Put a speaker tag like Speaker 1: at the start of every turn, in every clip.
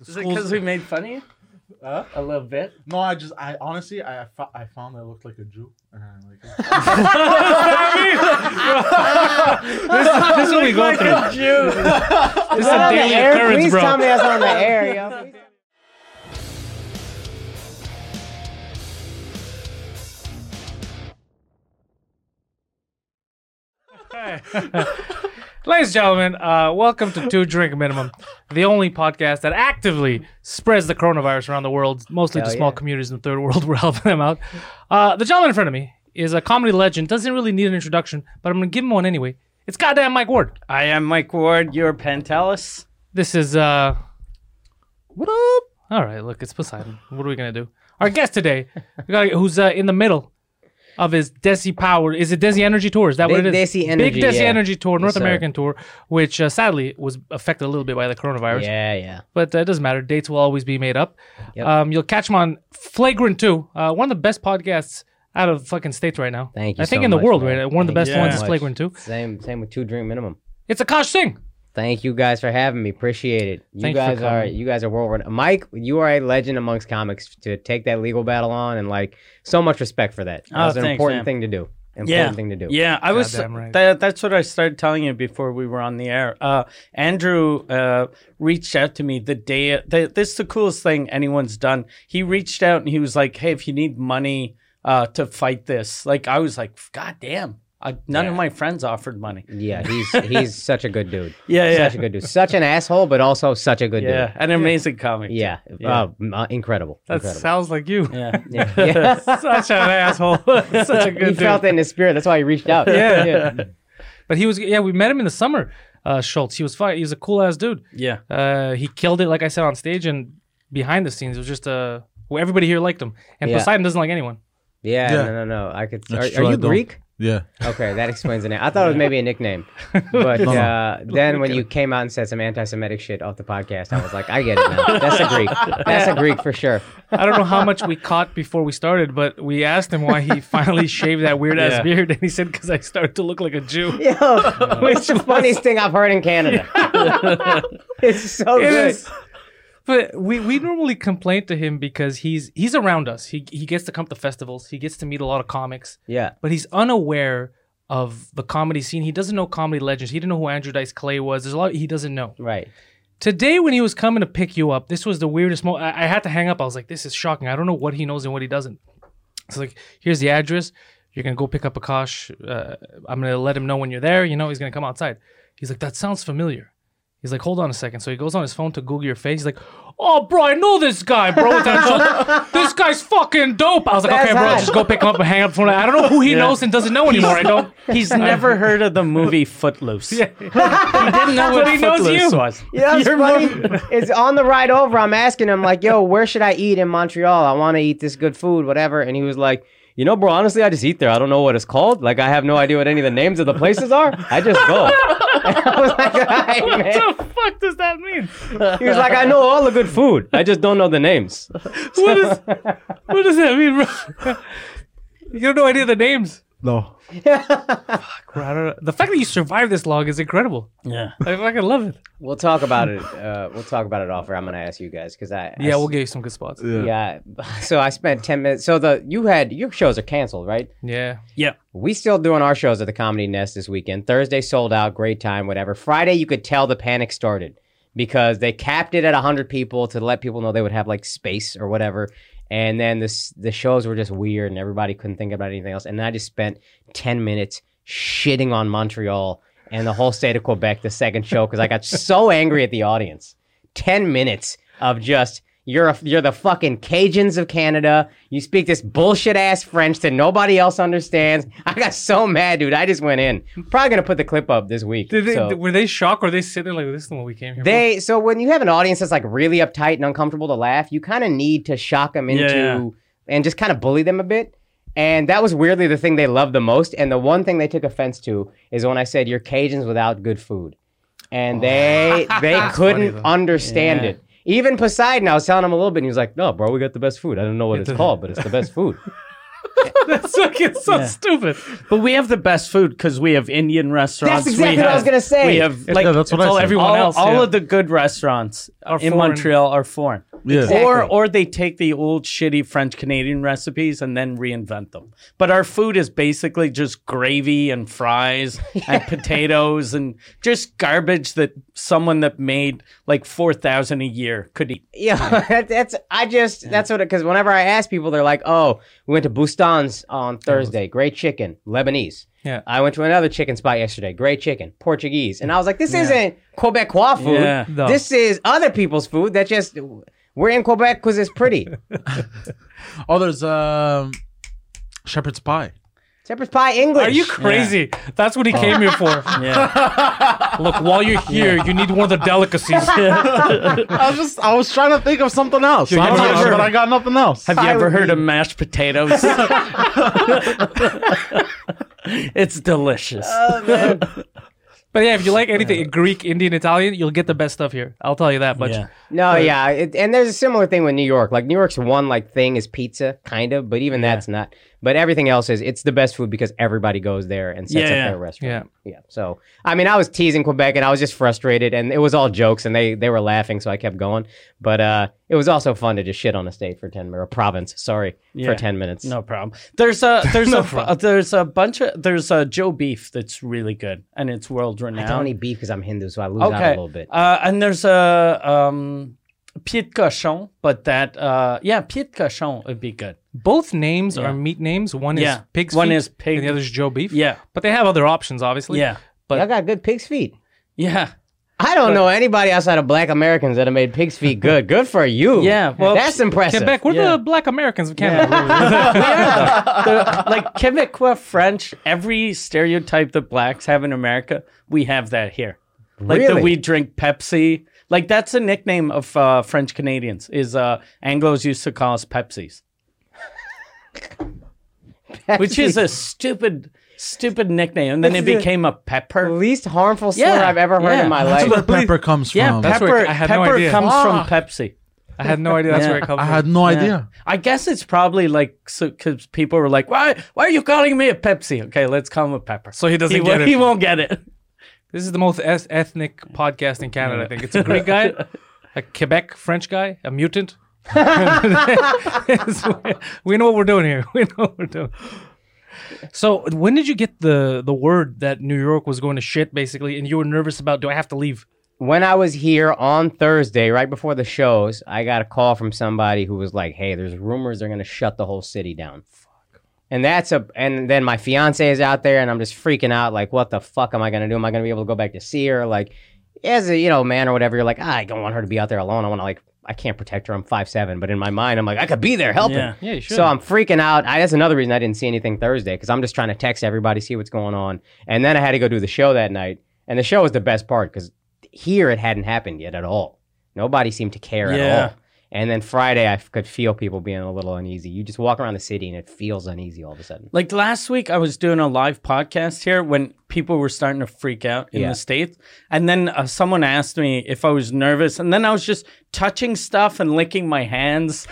Speaker 1: the
Speaker 2: Is it because
Speaker 1: schools-
Speaker 2: we made fun of you
Speaker 1: Huh?
Speaker 2: a little bit?
Speaker 1: No, I just, I honestly, I, I fo- I found I looked like a Jew, and I like.
Speaker 3: this, this is what we go
Speaker 2: Like a
Speaker 3: through.
Speaker 2: Jew.
Speaker 3: This is
Speaker 4: Is that
Speaker 3: a
Speaker 4: on the
Speaker 3: daily
Speaker 4: air?
Speaker 3: occurrence,
Speaker 4: Please
Speaker 3: bro.
Speaker 4: tell me that's on the air, yo.
Speaker 3: Ladies and gentlemen, uh, welcome to Two Drink Minimum, the only podcast that actively spreads the coronavirus around the world, mostly
Speaker 4: Hell
Speaker 3: to small
Speaker 4: yeah.
Speaker 3: communities in the third world. We're helping them out. Uh, the gentleman in front of me is a comedy legend. Doesn't really need an introduction, but I'm going to give him one anyway. It's goddamn Mike Ward.
Speaker 2: I am Mike Ward. You're Pantelis.
Speaker 3: This is uh, what up? All right, look, it's Poseidon. What are we going to do? Our guest today, we got who's uh, in the middle. Of his Desi Power, is it Desi Energy Tour? Is that what it
Speaker 4: Big
Speaker 3: is?
Speaker 4: Desi
Speaker 3: Big
Speaker 4: Energy,
Speaker 3: Desi
Speaker 4: yeah.
Speaker 3: Energy Tour, North
Speaker 4: sir.
Speaker 3: American Tour, which uh, sadly was affected a little bit by the coronavirus.
Speaker 4: Yeah, yeah.
Speaker 3: but uh, it doesn't matter. Dates will always be made up.
Speaker 4: Yep.
Speaker 3: Um, you'll catch them on Flagrant Two, uh, one of the best podcasts out of fucking states right now.
Speaker 4: Thank you
Speaker 3: I think
Speaker 4: so
Speaker 3: in the
Speaker 4: much,
Speaker 3: world,
Speaker 4: man.
Speaker 3: right? One of the
Speaker 4: Thank
Speaker 3: best
Speaker 4: you
Speaker 3: ones
Speaker 4: so
Speaker 3: is
Speaker 4: much.
Speaker 3: Flagrant Two.
Speaker 4: Same, same with two drink minimum.
Speaker 3: It's Akash Singh.
Speaker 4: Thank you guys for having me. Appreciate it. You
Speaker 3: Thank you for
Speaker 4: guys are
Speaker 3: coming.
Speaker 4: you guys are world renowned. Mike, you are a legend amongst comics to take that legal battle on and like so much respect for that. That
Speaker 2: Oh,
Speaker 4: was an
Speaker 2: thanks,
Speaker 4: important
Speaker 2: man.
Speaker 4: thing to do. Important thing to do.
Speaker 2: Yeah, I was.
Speaker 3: Goddamn right.
Speaker 2: That, that's what I started telling you before we were on the air. Uh, Andrew uh, reached out to me the day. The, this is the coolest thing anyone's done. He reached out and he was like, "Hey, if you need money uh, to fight this," like I was like, "God damn." I, none of my friends offered money.
Speaker 4: Yeah, he's he's such a good dude.
Speaker 2: Yeah, yeah,
Speaker 4: Such a good dude. Such an asshole, but also such a good
Speaker 2: yeah. An amazing comic.
Speaker 4: dude. Yeah.
Speaker 2: Yeah.
Speaker 4: Uh, m- uh, incredible.
Speaker 3: That
Speaker 4: incredible.
Speaker 3: sounds like you.
Speaker 2: yeah.
Speaker 4: Yeah. yeah.
Speaker 3: Such an asshole. Such a
Speaker 4: he
Speaker 3: good dude.
Speaker 4: felt it in his spirit. That's why he reached out.
Speaker 3: Yeah. But he was. Yeah, we met him in the summer. Uh, Schultz. He was fine. He was a cool ass dude.
Speaker 2: Yeah.
Speaker 3: Uh, he killed it, like I said on stage and behind the scenes. It was just uh, well, everybody here liked him, and
Speaker 4: Yeah.
Speaker 3: Poseidon doesn't like anyone.
Speaker 4: Yeah,
Speaker 1: Yeah.
Speaker 4: no, no, no. I could. Are,
Speaker 1: That's
Speaker 4: are
Speaker 1: true, I
Speaker 4: you
Speaker 1: don't.
Speaker 4: Greek?
Speaker 1: yeah.
Speaker 4: Okay, that explains the name. I thought it was maybe a nickname, but
Speaker 1: no.
Speaker 4: uh, then when you came out and said some anti-Semitic shit off the podcast, I was like, I get it now. That's a Greek. That's a Greek for sure.
Speaker 3: I don't know how much we caught before we started, but we asked him why he finally shaved that weird ass
Speaker 2: Yeah.
Speaker 3: beard, and he said, "Because I started to look like a Jew."
Speaker 4: Yo, it's the funniest thing I've heard in Canada. it's so
Speaker 3: It
Speaker 4: good.
Speaker 3: is. But we, we normally complain to him because he's he's around us. He he gets to come to festivals. He gets to meet a lot of comics,
Speaker 4: Yeah,
Speaker 3: but he's unaware of the comedy scene. He doesn't know comedy legends. He didn't know who Andrew Dice Clay was. There's a lot he doesn't know.
Speaker 4: right.
Speaker 3: Today, when he was coming to pick you up, this was the weirdest moment. I, I had to hang up. I was like, this is shocking. I don't know what he knows and what he doesn't. It's like, here's the address. You're going to go pick up Akash. Uh, I'm going to let him know when you're there. You know, he's going to come outside. He's like, that sounds familiar. He's like, hold on a second. So he goes on his phone to Google your face. He's like, oh, bro, I know this guy, bro. With that joke. this guy's fucking dope. I was like,
Speaker 4: That's
Speaker 3: okay, bro,
Speaker 4: hot.
Speaker 3: just go pick him up and hang up. the phone. I don't know who he knows and doesn't know anymore. I don't.
Speaker 2: He's never heard of the movie Footloose.
Speaker 3: Yeah.
Speaker 2: He didn't know what
Speaker 3: But he knows
Speaker 2: Footloose
Speaker 3: you.
Speaker 2: was.
Speaker 4: Yeah, it's
Speaker 2: You're
Speaker 4: funny.
Speaker 2: more-
Speaker 4: it's on the ride over. I'm asking him like, "Yo, where should I eat in Montreal? I want to eat this good food, whatever." And he was like, "You know, bro, honestly, I just eat there. I don't know what it's called. Like, I have no idea what any of the names of the places are. I just go." And I was like, "All right, man."
Speaker 3: What the fuck does that mean?
Speaker 4: He was like, "I know all the good food. I just don't know the names."
Speaker 3: What is what does that mean, bro? You have no idea the names.
Speaker 1: No.
Speaker 3: Bro, I don't know. The fact that you survived this long is incredible.
Speaker 2: Yeah.
Speaker 3: I fucking love it.
Speaker 4: We'll talk about it. Uh, we'll talk about it off. air. I'm gonna ask you guys because I I
Speaker 3: Yeah,
Speaker 4: s-
Speaker 3: we'll give you some good spots.
Speaker 1: Yeah.
Speaker 4: yeah. So I spent ten minutes. So the you had your shows are canceled, right?
Speaker 3: Yeah.
Speaker 2: Yeah.
Speaker 4: We still doing our shows at the Comedy Nest this weekend. Thursday sold out, great time, whatever. Friday you could tell the panic started because they capped it at 100 people to let people know they would have like space or whatever. And then this the shows were just weird and everybody couldn't think about anything else. And I just spent 10 minutes shitting on Montreal and the whole state of Quebec the second show cuz I got so angry at the audience. 10 minutes of just you're a, you're the fucking Cajuns of Canada. You speak this bullshit ass French that nobody else understands. I got so mad, dude. I just went in. Probably gonna put the clip up this week.
Speaker 3: Did they,
Speaker 4: so.
Speaker 3: Were they shocked or they sitting there like this is when we came here? for?"
Speaker 4: They so when you have an audience that's like really uptight and uncomfortable to laugh, you kind of need to shock them into
Speaker 2: Yeah, yeah.
Speaker 4: and just kind of bully them a bit. And that was weirdly the thing they loved the most. And the one thing they took offense to is when I said you're Cajuns without good food,
Speaker 2: Oh.
Speaker 4: and they they couldn't
Speaker 3: though.
Speaker 4: understand it. Even Poseidon, I was telling him a little bit, and he was like, "No, bro, we got the best food. I don't know what it's called, but it's the best food."
Speaker 3: That's fucking so stupid.
Speaker 2: But we have the best food because we have Indian restaurants.
Speaker 4: exactly
Speaker 2: we
Speaker 4: what I
Speaker 2: have-
Speaker 4: was gonna say.
Speaker 2: We have
Speaker 1: Yeah,
Speaker 2: like
Speaker 1: that's what
Speaker 2: it's
Speaker 1: I
Speaker 2: all
Speaker 1: said.
Speaker 2: everyone
Speaker 3: All-
Speaker 2: else.
Speaker 3: all
Speaker 2: All
Speaker 3: of
Speaker 2: of the good restaurants
Speaker 3: Are
Speaker 2: in
Speaker 3: foreign.
Speaker 2: Montreal are foreign.
Speaker 1: Yeah.
Speaker 4: Exactly.
Speaker 2: Or or they take the old shitty French Canadian recipes and then reinvent them. But our food is basically just gravy and fries and potatoes and just garbage that someone that made like four thousand a year could eat.
Speaker 4: Yeah, that, that's I just that's what because whenever I ask people, they're like, "Oh, we went to Bustan's on Thursday, great chicken, Lebanese."
Speaker 3: Yeah.
Speaker 4: I went to another chicken spot yesterday, great chicken, Portuguese, and I was like, "This isn't Quebecois food.
Speaker 2: Yeah.
Speaker 3: No.
Speaker 4: This is other people's food. That just we're in Quebec because it's pretty.
Speaker 1: Oh, there's um, shepherd's pie.
Speaker 4: Shepherd's pie English.
Speaker 3: Are you crazy? That's what he came here for.
Speaker 2: Yeah.
Speaker 3: Look, while you're here, you need one of the delicacies.
Speaker 1: I was just, I was trying to think of something else. I
Speaker 3: you
Speaker 1: don't
Speaker 3: have
Speaker 1: know,
Speaker 3: your-
Speaker 1: but I got nothing else.
Speaker 2: Have you
Speaker 4: I
Speaker 2: ever
Speaker 4: would
Speaker 2: heard
Speaker 4: be-
Speaker 2: of mashed potatoes? it's delicious.
Speaker 3: but yeah, if you like anything Greek, Indian, Italian, you'll get the best stuff here. I'll tell you that much.
Speaker 2: Yeah.
Speaker 4: No, yeah, it, and there's a similar thing with New York. Like New York's one like thing is pizza, kind of, but even that's not. But everything else is it's the best food because everybody goes there and sets
Speaker 2: Yeah,
Speaker 4: up
Speaker 2: yeah.
Speaker 4: their restaurant. Yeah, yeah. So I mean, I was teasing Quebec and I was just frustrated, and it was all jokes, and they they were laughing, so I kept going. But uh, it was also fun to just shit on a state for ten or a province, sorry,
Speaker 2: Yeah.
Speaker 4: for ten minutes.
Speaker 2: No problem. There's a there's a uh, there's a bunch of there's a Joe beef that's really good and it's world
Speaker 4: I don't
Speaker 2: renowned.
Speaker 4: eat beef because I'm Hindu, so I lose out a
Speaker 2: Okay.
Speaker 4: little bit.
Speaker 2: Uh, and there's a um pied cochon, but that uh yeah, pied cochon would be good.
Speaker 3: Both names
Speaker 2: Yeah.
Speaker 3: are meat names. One
Speaker 2: Yeah.
Speaker 3: is pig's
Speaker 2: One
Speaker 3: feet,
Speaker 2: is pig-
Speaker 3: and the other is Joe beef.
Speaker 2: Yeah.
Speaker 3: but they have other options, obviously.
Speaker 2: Yeah.
Speaker 4: I got good pig's feet.
Speaker 2: Yeah.
Speaker 4: I don't know anybody outside of Black Americans that have made pig's feet good. Good for you.
Speaker 2: Yeah, well,
Speaker 4: that's impressive.
Speaker 3: Quebec, we're
Speaker 2: Yeah.
Speaker 3: the black Americans of Canada.
Speaker 2: We are, though. The- like Quebecois French, every stereotype that blacks have in America, we have that here. Like that
Speaker 4: Really?
Speaker 2: we drink Pepsi. Like that's a nickname of uh, French Canadians. Is uh, Anglo's used to call us Pepsis. which is a stupid, stupid nickname. And then it
Speaker 4: That's the-
Speaker 2: became a
Speaker 3: Oh,
Speaker 2: pepper.
Speaker 4: least harmful slur
Speaker 2: Yeah.
Speaker 4: I've ever heard
Speaker 2: Yeah.
Speaker 4: in my
Speaker 1: That's
Speaker 4: life.
Speaker 1: where pepper comes from.
Speaker 2: Yeah,
Speaker 1: That's-
Speaker 2: pepper.
Speaker 3: where it- I had no
Speaker 2: pepper
Speaker 3: idea. Ah.
Speaker 2: comes from
Speaker 1: Fuck.
Speaker 2: Pepsi.
Speaker 3: I had no idea that's where it
Speaker 2: Yeah.
Speaker 3: comes
Speaker 1: I
Speaker 3: from.
Speaker 1: had no
Speaker 2: Yeah.
Speaker 1: idea.
Speaker 2: I guess it's probably like because people were like, "Why? Why are you calling me a Pepsi?" Okay, let's call him a pepper.
Speaker 3: So he doesn't
Speaker 2: he,
Speaker 3: get
Speaker 2: won't-
Speaker 3: it.
Speaker 2: He won't get it.
Speaker 3: This is the most es- ethnic podcast in Canada. I think it's a Greek guy, a Quebec French guy, a mutant. It's- we know what we're doing here. We know what we're doing. So when did you get the the word that New York was going to shit basically, and you were nervous about? Do I have to leave?
Speaker 4: When I was here on Thursday, right before the shows, I got a call from somebody who was like, "Hey, there's rumors they're gonna shut the whole city down." And that's a and then my fiance is out there, and I'm just freaking out. Like, what the fuck am I gonna do? Am I gonna be able to go back to see her? Like, as a you know man or whatever, you're like, "Ah, I don't want her to be out there alone. I want to like, I can't protect her. I'm five seven, but in my mind, I'm like, I could be there helping.
Speaker 2: Yeah.
Speaker 3: Yeah, you
Speaker 4: So I'm freaking out. I, that's another reason I didn't see anything Thursday because I'm just trying to text everybody, see what's going on. And then I had to go do the show that night. And the show was the best part because here it hadn't happened yet at all. Nobody seemed to care
Speaker 2: Yeah.
Speaker 4: at all. And then Friday, I f- could feel people being a little uneasy. You just walk around the city and it feels uneasy all of a sudden.
Speaker 2: Like last week, I was doing a live podcast here when people were starting to freak out in
Speaker 4: Yeah.
Speaker 2: the States. And then uh, someone asked me if I was nervous. And then I was just touching stuff and licking my hands.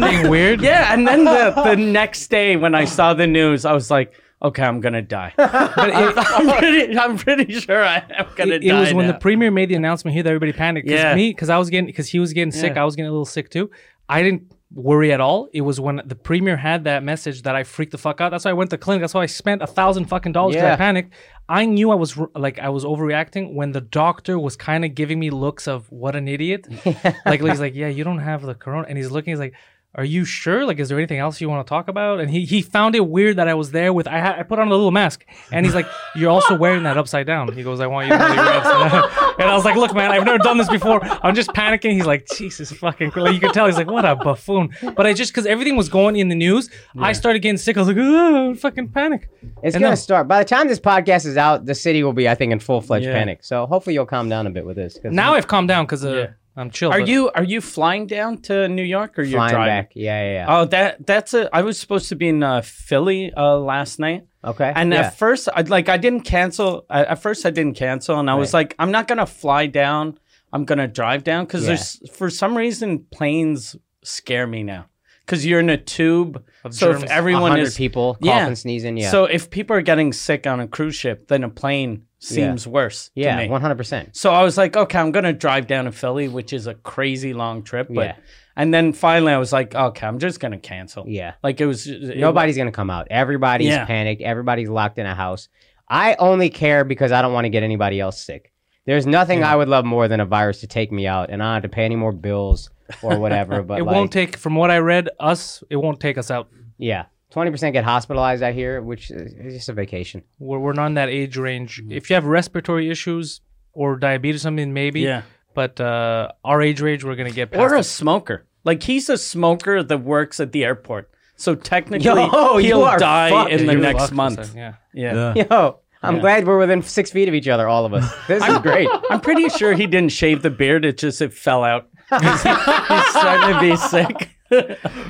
Speaker 3: being weird.
Speaker 2: yeah. And then the, the next day, when I saw the news, I was like, okay, I'm going to die.
Speaker 3: But it,
Speaker 2: I'm, pretty, I'm pretty sure I am going to
Speaker 3: it,
Speaker 2: die.
Speaker 3: it was when the
Speaker 2: now.
Speaker 3: premier made the announcement here that everybody panicked. Cause
Speaker 2: Yeah.
Speaker 3: me, because I was getting, because he was getting sick,
Speaker 2: Yeah.
Speaker 3: I was getting a little sick too. I didn't worry at all. It was when the premier had that message that I freaked the fuck out. That's why I went to clinic. That's why I spent a thousand fucking dollars because I
Speaker 4: Yeah.
Speaker 3: panicked. I knew I was r- like I was overreacting when the doctor was kind of giving me looks of what an idiot. like he's like, yeah, you don't have the corona, and he's looking. He's like. Are you sure? Like, is there anything else you want to talk about? And he, he found it weird that I was there with I had I put on a little mask, and he's like, "You're also wearing that upside down." He goes, "I want you to know you're upside down." And I was like, "Look, man, I've never done this before. I'm just panicking." He's like, "Jesus fucking," Christ." like you could tell he's like, "What a buffoon." But I just because everything was going in the news, I started getting sick. I was like, "Oh, fucking panic."
Speaker 4: It's
Speaker 3: And
Speaker 4: going
Speaker 3: then-
Speaker 4: to start. By the time this podcast is out, the city will be, I think, in full fledged
Speaker 2: Yeah.
Speaker 4: panic. So hopefully you'll calm down a bit with this. 'cause
Speaker 3: Now I've calmed down because uh,
Speaker 2: Yeah.
Speaker 3: I'm chill.
Speaker 2: Are
Speaker 3: but-
Speaker 2: you are you flying down to New York or
Speaker 4: I'm
Speaker 2: you're
Speaker 4: flying
Speaker 2: driving?
Speaker 4: back. Yeah, yeah, yeah.
Speaker 2: Oh, that that's a. I was supposed to be in uh, Philly uh, last night.
Speaker 4: okay.
Speaker 2: And
Speaker 4: yeah.
Speaker 2: at first, I like I didn't cancel. I, at first, I didn't cancel, and I was like, I'm not gonna fly down. I'm gonna drive down because
Speaker 4: Yeah.
Speaker 2: there's for some reason planes scare me now. because you're in a tube.
Speaker 3: Of
Speaker 2: so if
Speaker 3: germs.
Speaker 2: everyone
Speaker 4: 100
Speaker 2: is
Speaker 4: people coughing,
Speaker 2: Yeah.
Speaker 4: sneezing. Yeah.
Speaker 2: so if people are getting sick on a cruise ship, then a plane seems worse. to
Speaker 4: yeah,
Speaker 2: me.
Speaker 4: 100%.
Speaker 2: So I was like, okay, I'm gonna drive down to Philly, which is a crazy long trip. But
Speaker 4: Yeah.
Speaker 2: and then finally, I was like, okay, I'm just gonna cancel.
Speaker 4: Yeah.
Speaker 2: Like it was it-
Speaker 4: Nobody's gonna come out. Everybody's
Speaker 2: Yeah.
Speaker 4: panicked. Everybody's locked in a house. I only care because I don't want to get anybody else sick. There's nothing I would love more than a virus to take me out, and I don't have to pay any more bills or whatever. But
Speaker 3: it
Speaker 4: like,
Speaker 3: won't take, from what I read, us. It won't take us out.
Speaker 4: yeah, twenty percent get hospitalized out here, which is it's just a vacation.
Speaker 3: We're we're not in that age range.
Speaker 2: Mm-hmm.
Speaker 3: If you have respiratory issues or diabetes, or something maybe.
Speaker 2: Yeah.
Speaker 3: But uh, our age range, we're gonna get. Past
Speaker 2: or a
Speaker 3: it.
Speaker 2: smoker. Like he's a smoker that works at the airport. So technically,
Speaker 4: Yo, you
Speaker 2: he'll
Speaker 4: are
Speaker 2: die
Speaker 4: fucked.
Speaker 2: in the
Speaker 3: You're
Speaker 2: next
Speaker 3: locked,
Speaker 2: month.
Speaker 3: so, Yeah.
Speaker 2: Yeah.
Speaker 4: Yo, I'm glad we're within six feet of each other, all of us. This is great.
Speaker 2: I'm pretty sure he didn't shave the beard. It just it fell out. he's starting to be sick.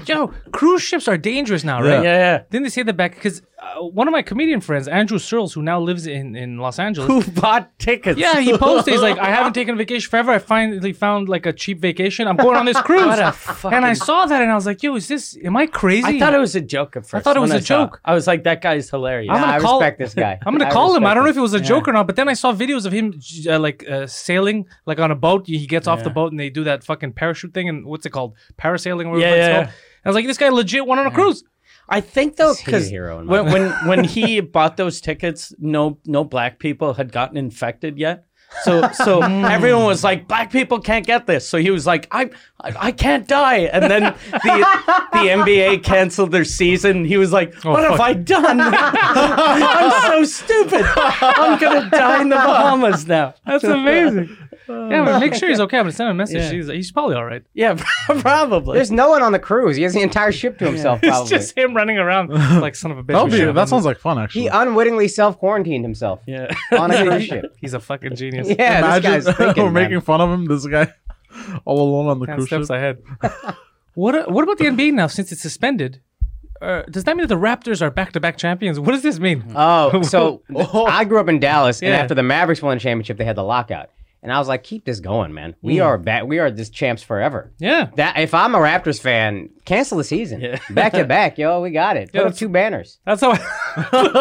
Speaker 3: Yo, cruise ships are dangerous now,
Speaker 2: Yeah,
Speaker 3: right?
Speaker 2: yeah.
Speaker 3: Didn't they say that back? Because uh, one of my comedian friends, Andrew Searles, who now lives in, in Los Angeles.
Speaker 2: Who bought tickets?
Speaker 3: yeah, he posted. He's like, I haven't taken a vacation forever. I finally found like a cheap vacation. I'm going on this cruise.
Speaker 2: What a fucking-
Speaker 3: and I saw that and I was like, yo, is this, am I crazy?
Speaker 2: I thought it was a joke at first.
Speaker 3: thought it
Speaker 2: when
Speaker 3: was a
Speaker 2: saw
Speaker 3: joke.
Speaker 2: I was like, that guy's hilarious.
Speaker 3: I'm gonna
Speaker 4: I
Speaker 3: call-
Speaker 4: respect this guy.
Speaker 3: I'm gonna call him. I
Speaker 4: respect
Speaker 3: don't know
Speaker 4: this-
Speaker 3: if it was a joke or not, but then I saw videos of him j- uh, like uh, sailing, like on a boat. He gets off the boat and they do that fucking parachute thing and what's it called, parasailing or whatever
Speaker 2: Yeah,
Speaker 3: it's
Speaker 2: yeah,
Speaker 3: called.
Speaker 2: yeah.
Speaker 3: I was like, this guy legit went on a cruise.
Speaker 2: I think though,
Speaker 4: He's a
Speaker 2: because
Speaker 4: hero in my
Speaker 2: when, when when he bought those tickets, no no black people had gotten infected yet. So so everyone was like, black people can't get this. So he was like, I I, I can't die. And then the the NBA canceled their season. He was like, What have
Speaker 3: fuck.
Speaker 2: I done? I'm so stupid. I'm gonna die in the Bahamas now.
Speaker 3: That's amazing. yeah, but make sure he's okay. I'm gonna send him a message.
Speaker 2: Yeah.
Speaker 3: He's, he's probably all right.
Speaker 2: Yeah, probably.
Speaker 4: There's no one on the cruise. He has the entire ship to himself. Probably.
Speaker 3: It's just him running around like son of a bitch.
Speaker 1: That'll
Speaker 3: we
Speaker 1: be,
Speaker 3: should have
Speaker 1: that
Speaker 3: him.
Speaker 1: sounds like fun, actually.
Speaker 4: he uh, unwittingly self quarantined himself
Speaker 2: yeah.
Speaker 4: on a cruise ship.
Speaker 3: He's a fucking genius.
Speaker 4: Yeah, this
Speaker 1: Imagine
Speaker 4: guy's thinking.
Speaker 1: we're
Speaker 4: man.
Speaker 1: making fun of him. This guy all alone on the
Speaker 3: 10
Speaker 1: cruise ship.
Speaker 3: steps ahead. what a- What about the NBA now? Since it's suspended, uh, does that mean that the Raptors are back to back champions? What does this mean?
Speaker 1: Uh,
Speaker 4: Oh, so th- I grew up in Dallas, and
Speaker 3: Yeah.
Speaker 4: after the Mavericks won the championship, they had the lockout, and I was like, "Keep this going, man.
Speaker 3: Hmm.
Speaker 4: We are back. We are this champs forever."
Speaker 3: yeah.
Speaker 4: That if I'm a Raptors fan, cancel the season back to back, yo. We got it. Put up
Speaker 3: that's-
Speaker 4: two banners.
Speaker 3: That's how.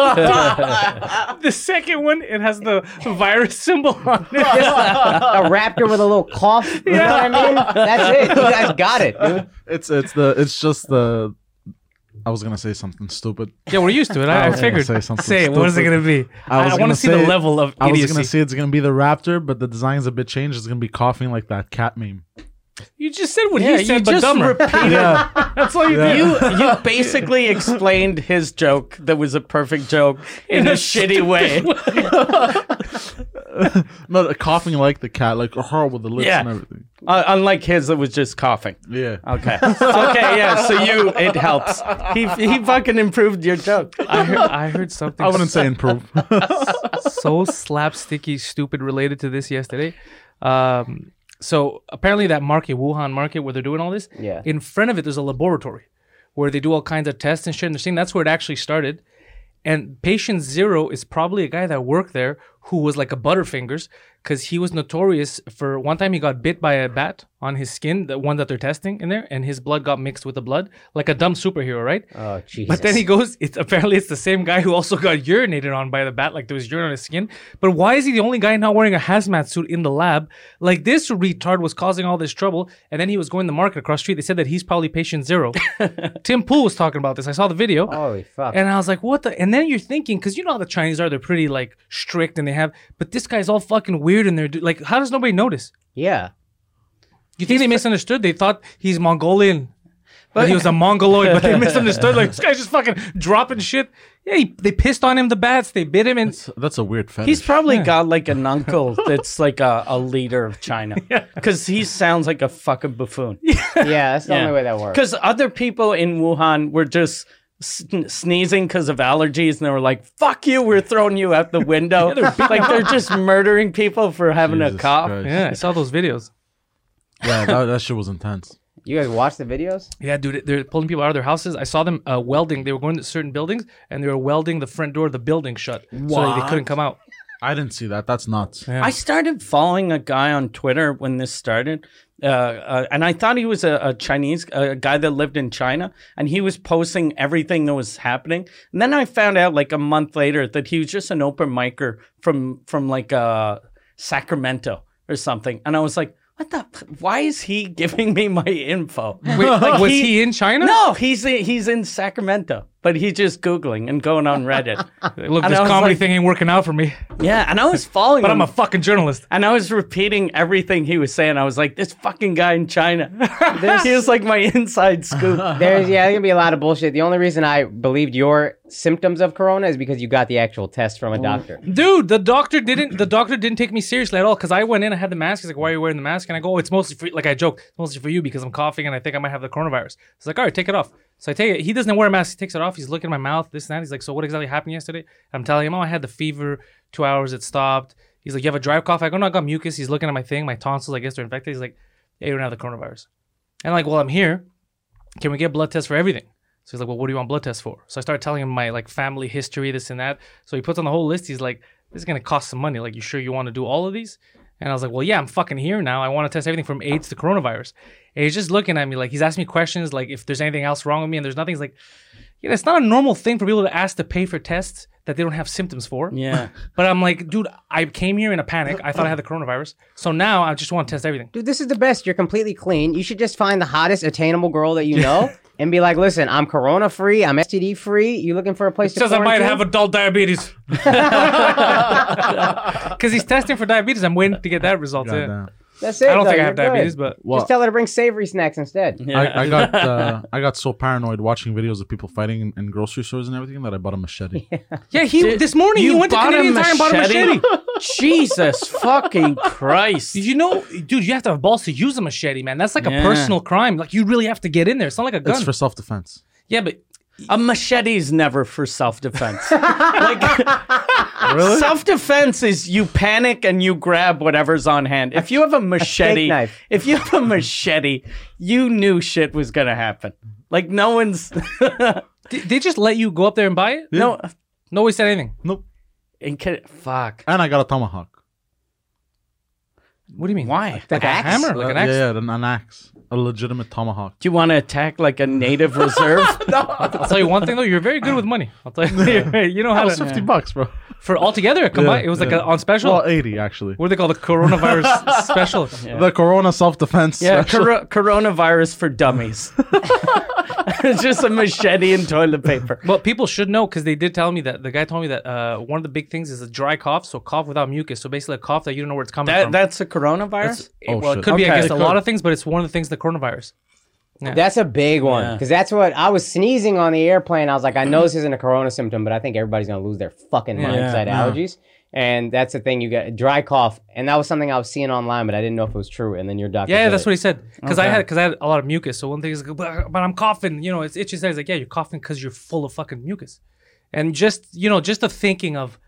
Speaker 3: the second one, it has the virus symbol on it.
Speaker 4: a Raptor with a little cough. You know what I mean? That's it. You guys got it, dude.
Speaker 1: It's it's the it's just the. I was gonna say something stupid.
Speaker 3: Yeah, we're used to it. I, I
Speaker 1: was gonna
Speaker 3: figured.
Speaker 1: say
Speaker 3: Say,
Speaker 1: something
Speaker 3: it. What is it going to be?
Speaker 1: I was
Speaker 3: I, want
Speaker 1: gonna
Speaker 3: to see the
Speaker 1: say-
Speaker 3: level of
Speaker 1: I was
Speaker 3: idiocy.
Speaker 1: gonna say it's gonna be the Raptor, but the design's a bit changed. It's gonna be coughing like that cat meme.
Speaker 3: you just said what
Speaker 2: Yeah,
Speaker 3: he said,
Speaker 2: you
Speaker 3: but
Speaker 2: just
Speaker 3: dumber.
Speaker 2: repeated
Speaker 1: Yeah,
Speaker 3: That's all you
Speaker 1: Yeah.
Speaker 3: did.
Speaker 2: You you basically explained his joke that was a perfect joke in a shitty way.
Speaker 1: no, coughing like the cat, like her with the lips
Speaker 2: Yeah.
Speaker 1: and everything.
Speaker 2: Uh, unlike his, it was just coughing.
Speaker 1: Yeah.
Speaker 2: Okay. okay. Yeah. So you, it helps. He he fucking improved your joke.
Speaker 3: I heard, I heard something.
Speaker 1: I wouldn't say improve.
Speaker 3: so slapsticky, stupid related to this yesterday. Um, so apparently that market, Wuhan market, where they're doing all this,
Speaker 4: Yeah.
Speaker 3: in front of it there's a laboratory where they do all kinds of tests and shit. And they're saying that's where it actually started. And patient zero is probably a guy that worked there who was like a butterfingers because he was notorious for one time he got bit by a bat on his skin, the one that they're testing in there, and his blood got mixed with the blood, like a dumb superhero, right?
Speaker 4: Oh Jesus.
Speaker 3: But then he goes, it's apparently it's the same guy who also got urinated on by the bat, like there was urine on his skin. But why is he the only guy not wearing a hazmat suit in the lab? Like this retard was causing all this trouble, and then he was going to the market across the street. They said that he's probably patient zero. Tim Pool was talking about this. I saw the video.
Speaker 4: Holy fuck.
Speaker 3: And I was like, what the? And then you're thinking, because you know how the Chinese are, they're pretty like strict and they have, but this guy's all fucking weird and they're do- like, how does nobody notice?
Speaker 4: yeah.
Speaker 3: You think they misunderstood? They thought he's Mongolian. But he was a Mongoloid, but they misunderstood. Like this guy's just fucking dropping shit. Yeah, he, they pissed on him the bats. They bit him, and
Speaker 1: So That's a weird fetish.
Speaker 2: He's probably got like an uncle that's like a, a leader of China because he sounds like a fucking buffoon.
Speaker 4: Yeah. That's the only way that works.
Speaker 2: Because other people in Wuhan were just sn- sneezing because of allergies, and they were like, "Fuck you, we're throwing you out the window." like they're just murdering people for having a
Speaker 1: Jesus
Speaker 2: cough.
Speaker 1: Christ.
Speaker 3: yeah, I saw those videos.
Speaker 1: Yeah, that, that shit was intense.
Speaker 4: You guys watch the videos?
Speaker 3: Yeah, dude, they're pulling people out of their houses. I saw them uh, welding. They were going to certain buildings, and they were welding the front door of the building shut, so they couldn't come out.
Speaker 1: I didn't see that. That's nuts.
Speaker 3: Yeah.
Speaker 2: I started following a guy on Twitter when this started, uh, uh, and I thought he was a, a Chinese a guy that lived in China, and he was posting everything that was happening. And then I found out like a month later that he was just an open micer from from like uh, Sacramento or something, and I was like. What the? f- Why is he giving me my info?
Speaker 3: Wait, like, was
Speaker 2: He-
Speaker 3: he, in China?
Speaker 2: No, he's in, he's in Sacramento, but he's just googling and going on Reddit.
Speaker 3: Look,
Speaker 2: And
Speaker 3: this
Speaker 2: I was
Speaker 3: comedy
Speaker 2: like-
Speaker 3: thing ain't working out for me,
Speaker 2: yeah, and I was following.
Speaker 3: but I'm
Speaker 2: him,
Speaker 3: a fucking journalist.
Speaker 2: and I was repeating everything he was saying. I was like, "This fucking guy in China." he was like my inside scoop.
Speaker 4: There's yeah, there's gonna be a lot of bullshit. The only reason I believed your symptoms of corona is because you got the actual test
Speaker 3: Mm.
Speaker 4: from a doctor.
Speaker 3: Dude, the doctor didn't. The doctor didn't take me seriously at all because I went in. I had the mask. He's like, "Why are you wearing the mask?" And I go, "Oh, it's mostly for like I joke, it's mostly for you because I'm coughing and I think I might have the coronavirus." He's like, "All right, take it off." So I take it. He doesn't wear a mask. He takes it off. He's looking at my mouth, this and that. He's like, "So what exactly happened yesterday?" I'm telling him, "Oh, I had the fever. Two hours, it stopped." He's like, "You have a dry cough?" I go, "No, I got mucus." He's looking at my thing, my tonsils. I guess they're infected. He's like, "Yeah, you don't have the coronavirus." And I'm like, "Well, I'm here. Can we get blood tests for everything?" So he's like, "Well, what do you want blood tests for?" So I start telling him my like family history, this and that. So he puts on the whole list. He's like, "This is gonna cost some money. Like, you sure you want to do all of these?" And I was like, "Well, yeah, I'm fucking here now. I want to test everything from AIDS to coronavirus." And he's just looking at me like he's asking me questions, like if there's anything else wrong with me, and there's nothing. He's like, "You know, it's not a normal thing for people to ask to pay for tests that they don't have symptoms for."
Speaker 2: Yeah,
Speaker 3: But I'm like, dude, I came here in a panic. I thought I had the coronavirus, so now I just want to test everything.
Speaker 4: Dude, this is the best. You're completely clean. You should just find the hottest attainable girl that you know and be like, listen, I'm corona free. I'm STD free. You looking for a place to
Speaker 3: Says I might
Speaker 4: quarantine?"
Speaker 3: have adult diabetes. Because he's testing for diabetes. I'm waiting to get that result. yeah.
Speaker 1: Goddamn.
Speaker 4: That's it.
Speaker 3: I don't
Speaker 4: though.
Speaker 3: think I
Speaker 4: You're
Speaker 3: have diabetes,
Speaker 4: good.
Speaker 3: but
Speaker 1: Well-
Speaker 4: just tell her to bring savory snacks instead.
Speaker 1: I, I got uh, I got so paranoid watching videos of people fighting in, in grocery stores and everything that I bought a machete.
Speaker 3: yeah, he this morning he went to
Speaker 2: bought a
Speaker 3: Canadian Tire and bought a machete.
Speaker 2: Jesus fucking Christ!
Speaker 3: You know, dude, you have to have balls to use a machete, man. That's like
Speaker 2: Yeah.
Speaker 3: a personal crime. Like you really have to get in there. It's not like a
Speaker 1: It's
Speaker 3: gun.
Speaker 1: for self defense.
Speaker 3: yeah, but
Speaker 2: A machete is never for self defense. like self defense is you panic and you grab whatever's on hand. If you have a machete,
Speaker 4: knife.
Speaker 2: if you have a machete, you knew shit was gonna happen. Like no one's
Speaker 3: did they just let you go up there and buy it?
Speaker 2: no.
Speaker 3: Nobody said anything.
Speaker 1: Nope.
Speaker 2: In, ca- fuck.
Speaker 1: And I got a tomahawk.
Speaker 3: What do you mean?
Speaker 2: Why?
Speaker 3: Like an
Speaker 4: axe?
Speaker 3: hammer, like an axe.
Speaker 1: Uh, Yeah, yeah, an, an axe, a legitimate tomahawk.
Speaker 2: Do you want to attack like a native reserve?
Speaker 3: I'll tell you one thing though, you're very good with money. I'll tell you, you know
Speaker 1: That
Speaker 3: how
Speaker 1: was
Speaker 3: to,
Speaker 1: fifty bucks, bro.
Speaker 3: for altogether combined.
Speaker 1: Yeah,
Speaker 3: it was like
Speaker 1: yeah.
Speaker 3: a, on special.
Speaker 1: Well, eighty actually.
Speaker 3: what do they call the coronavirus special?
Speaker 1: The Corona self defense.
Speaker 2: Yeah, cor- coronavirus for dummies. it's just a machete and toilet paper.
Speaker 3: Well, people should know because they did tell me that the guy told me that uh, one of the big things is a dry cough, so cough without mucus, so basically a cough that you don't know where it's coming
Speaker 2: That,
Speaker 3: from.
Speaker 2: Um, that's a coronavirus?
Speaker 3: It-
Speaker 1: Oh,
Speaker 3: well,
Speaker 1: shit.
Speaker 3: it could be
Speaker 2: Okay.
Speaker 3: against a
Speaker 2: It
Speaker 3: lot of things, but it's one of the things the coronavirus.
Speaker 4: That's a big one because that's what I was sneezing on the airplane. I was like, I know this isn't a corona symptom, but I think everybody's gonna lose their fucking mind because I had allergies. And that's the thing you get dry cough, and that was something I was seeing online, but I didn't know if it was true. And then your doctor,
Speaker 3: Yeah,
Speaker 4: did
Speaker 3: that's
Speaker 4: it.
Speaker 3: what he said. Because I had because I had a lot of mucus. So one thing is, like, but, but I'm coughing. You know, it's itchy. He's like, yeah, you're coughing because you're full of fucking mucus, and just you know, just the thinking of,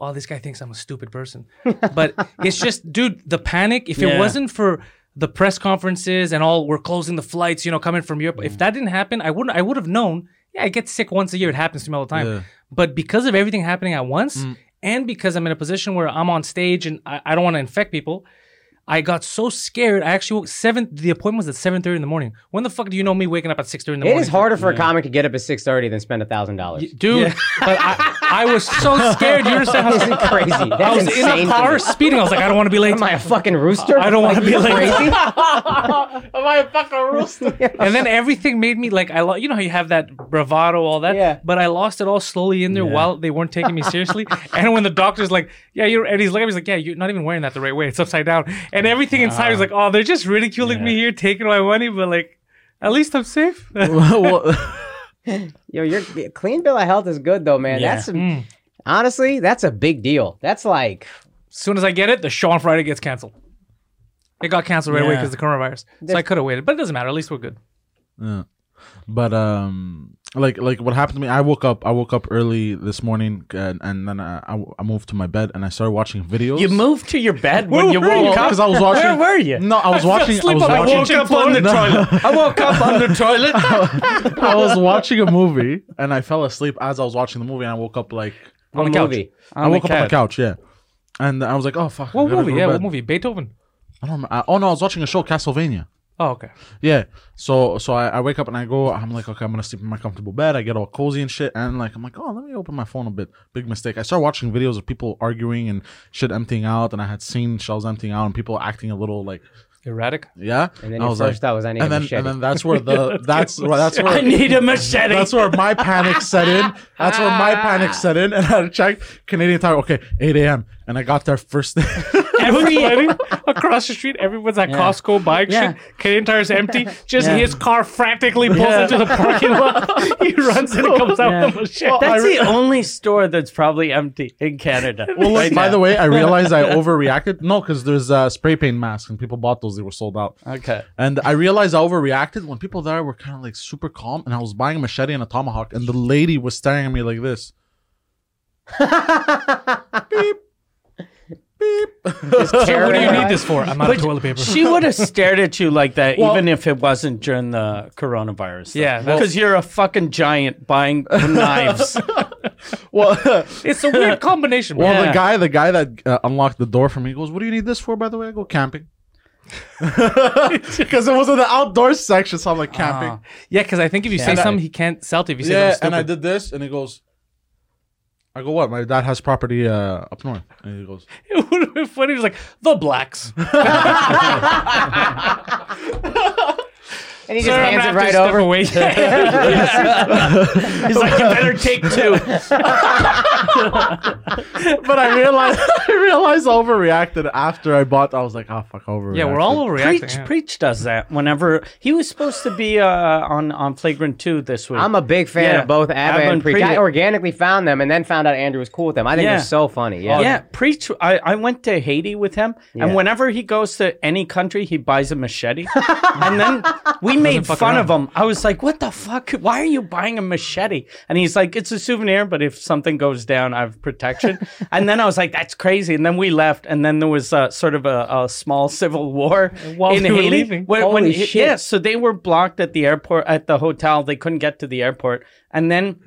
Speaker 3: oh, this guy thinks I'm a stupid person. but it's just, dude, the panic. If
Speaker 2: Yeah.
Speaker 3: it wasn't for the press conferences and all, we're closing the flights. You know, coming from Europe. If that didn't happen, I wouldn't. I would have known. Yeah, I get sick once a year. It happens to me all the time.
Speaker 1: Yeah.
Speaker 3: But because of everything happening at once, and because I'm in a position where I'm on stage and I, I don't want to infect people, I got so scared. I actually woke seven. The appointment was at seven thirty in the morning. When the fuck do you know me waking up at six thirty in the
Speaker 4: It
Speaker 3: morning?
Speaker 4: is harder for a comic to get up at six thirty than spend a thousand dollars.
Speaker 3: dude. But I, I was so scared. You understand
Speaker 4: This is
Speaker 3: how
Speaker 4: crazy. That's
Speaker 3: I was
Speaker 4: insane.
Speaker 3: in
Speaker 4: to
Speaker 3: the car
Speaker 4: me.
Speaker 3: speeding. I was like, I don't want to be late.
Speaker 4: Am I a fucking rooster?
Speaker 3: I don't wanna be
Speaker 4: you
Speaker 3: like-
Speaker 4: crazy.
Speaker 3: and then everything made me like I, lo- you know how you have that bravado, all that.
Speaker 4: Yeah.
Speaker 3: But I lost it all slowly in there while they weren't taking me seriously. and when the doctor's like, "Yeah, you're," and he's like, "He's like, yeah, you're not even wearing that the right way. It's upside down." And everything inside was like, "Oh, they're just ridiculing me here, taking my money." But like, at least I'm safe.
Speaker 4: Yo, your clean bill of health is good though, man.
Speaker 2: Yeah.
Speaker 4: That's
Speaker 3: Mm.
Speaker 4: honestly, that's a big deal. That's like
Speaker 3: As soon as I get it, the show on Friday gets canceled. It got canceled right away
Speaker 2: Yeah.
Speaker 3: because the coronavirus. So I could have waited, but it doesn't matter. At least we're good.
Speaker 1: but um like like what happened to me i woke up i woke up early this morning and, and then I, I I moved to my bed and i started watching videos
Speaker 2: You moved to your bed when
Speaker 3: Where
Speaker 2: you
Speaker 3: were you?
Speaker 2: woke up?
Speaker 1: because i was watching
Speaker 2: Where were you?
Speaker 1: no i was watching i
Speaker 3: asleep
Speaker 1: was
Speaker 3: on my
Speaker 1: watching
Speaker 3: kitchen floor. No.
Speaker 2: I woke up on the toilet.
Speaker 1: i was watching a movie and i fell asleep as i was watching the movie and i woke up like
Speaker 4: a
Speaker 3: the couch.
Speaker 4: movie.
Speaker 1: i woke up on the couch yeah and I was like, oh fuck. I
Speaker 3: What
Speaker 1: gotta go
Speaker 3: movie?
Speaker 1: to
Speaker 3: Yeah,
Speaker 1: bed.
Speaker 3: what movie? Beethoven.
Speaker 1: I don't. remember. I- oh no, I was watching a show, Castlevania.
Speaker 3: Oh, okay.
Speaker 1: Yeah. So so I, I wake up and I go. I'm like, okay, I'm gonna sleep in my comfortable bed. I get all cozy and shit, and like I'm like, oh, let me open my phone a bit. Big mistake. I start watching videos of people arguing and shit emptying out, and I had seen shells emptying out and people acting a little like,
Speaker 3: Erratic.
Speaker 1: yeah.
Speaker 4: And then
Speaker 1: I
Speaker 4: your
Speaker 1: was
Speaker 4: first
Speaker 1: like,
Speaker 4: thought was, I need a
Speaker 1: and then
Speaker 4: machete.
Speaker 1: and then that's where the that's where that's
Speaker 2: I
Speaker 1: where.
Speaker 2: need a machete.
Speaker 1: That's where my panic set in. That's where my panic set in, and I checked Canadian time. Okay, 8 a.m. and I got there first.
Speaker 3: Every across the street, everyone's at Costco buying
Speaker 2: Yeah.
Speaker 3: shit. Canadian tire's empty. Just
Speaker 2: Yeah.
Speaker 3: his car frantically pulls
Speaker 2: Yeah.
Speaker 3: into the parking lot. he runs and it comes out
Speaker 2: Yeah.
Speaker 3: with a machete.
Speaker 2: That's the only store that's probably empty in Canada.
Speaker 1: Well, look,
Speaker 2: right
Speaker 1: by
Speaker 2: now.
Speaker 1: the way, I realized I overreacted. No, because there's uh, spray paint masks and people bought those; they were sold out.
Speaker 2: Okay.
Speaker 1: And I realized I overreacted when people there were kind of like super calm, and I was buying a machete and a tomahawk, and the lady was staring at me like this.
Speaker 3: So what do you need
Speaker 4: Terrified.
Speaker 3: this for? I'm out of toilet paper.
Speaker 2: She would have stared at you like that, even if it wasn't during the coronavirus. though.
Speaker 3: Yeah, that's-
Speaker 2: because you're a fucking giant buying knives.
Speaker 1: Well,
Speaker 3: it's a weird combination.
Speaker 1: well,
Speaker 3: Well,
Speaker 1: the guy, the guy that uh, unlocked the door for me goes, "What do you need this for?" By the way, I go camping because it was in the outdoor section, so I'm like camping.
Speaker 3: yeah, because I think if you say
Speaker 1: And I-
Speaker 3: something, he can't sell it. If you say
Speaker 1: yeah,
Speaker 3: something
Speaker 1: and I
Speaker 3: stupid.
Speaker 1: did this, and he goes. I go what? My dad has property uh, up north, and he goes,
Speaker 3: it would have been funny. He was like, the blacks.
Speaker 4: And he just
Speaker 3: Sir, I'm
Speaker 4: hands
Speaker 3: gonna
Speaker 4: it
Speaker 3: have to
Speaker 4: right
Speaker 3: step
Speaker 4: over.
Speaker 3: away.
Speaker 2: He's like, you better take two.
Speaker 1: but I realized I realized I overreacted after I bought. I was like, oh fuck, I overreacted.
Speaker 3: yeah, we're all overreacting.
Speaker 2: Preach,
Speaker 3: yeah.
Speaker 2: preach does that whenever he was supposed to be uh, on on Flagrant Two this week.
Speaker 4: I'm a big fan
Speaker 2: Yeah.
Speaker 4: of both Abba, and Preach. I organically found them and then found out Andrew was cool with them. I think
Speaker 2: Yeah. Oh,
Speaker 4: they're so funny. Yeah.
Speaker 2: yeah. preach. I, I went to Haiti with him, and whenever he goes to any country, he buys a machete. and then we made
Speaker 3: fuck
Speaker 2: fun
Speaker 3: around.
Speaker 2: of him. I was like, "What the fuck? Why are you buying a machete?" And he's like, "It's a souvenir, but if something goes down, I have protection." and then I was like, "That's crazy." And then we left, and then there was uh, sort of a, a small civil war
Speaker 3: While
Speaker 2: in
Speaker 3: we were
Speaker 2: Haiti.
Speaker 3: leaving.
Speaker 2: When- when
Speaker 4: Holy
Speaker 2: he-
Speaker 4: shit.
Speaker 2: yeah, so they were blocked at the airport, at the hotel. They couldn't get to the airport, and then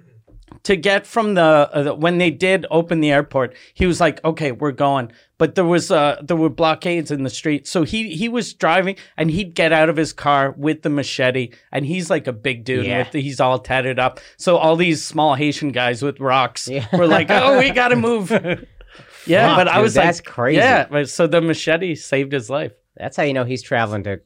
Speaker 2: to get from the, uh, the- when they did open the airport, he was like, "Okay, we're going." But there was uh, there were blockades in the street, so he he was driving and he'd get out of his car with the machete, and he's like a big dude.
Speaker 4: Yeah.
Speaker 2: With, he's all tatted up, so all these small Haitian guys with rocks were like, "Oh, we gotta move." yeah,
Speaker 4: Fuck,
Speaker 2: but I
Speaker 4: dude,
Speaker 2: was
Speaker 4: that's
Speaker 2: like,
Speaker 4: crazy.
Speaker 2: Yeah, but- so the machete saved his life.
Speaker 4: That's how you know he's traveling to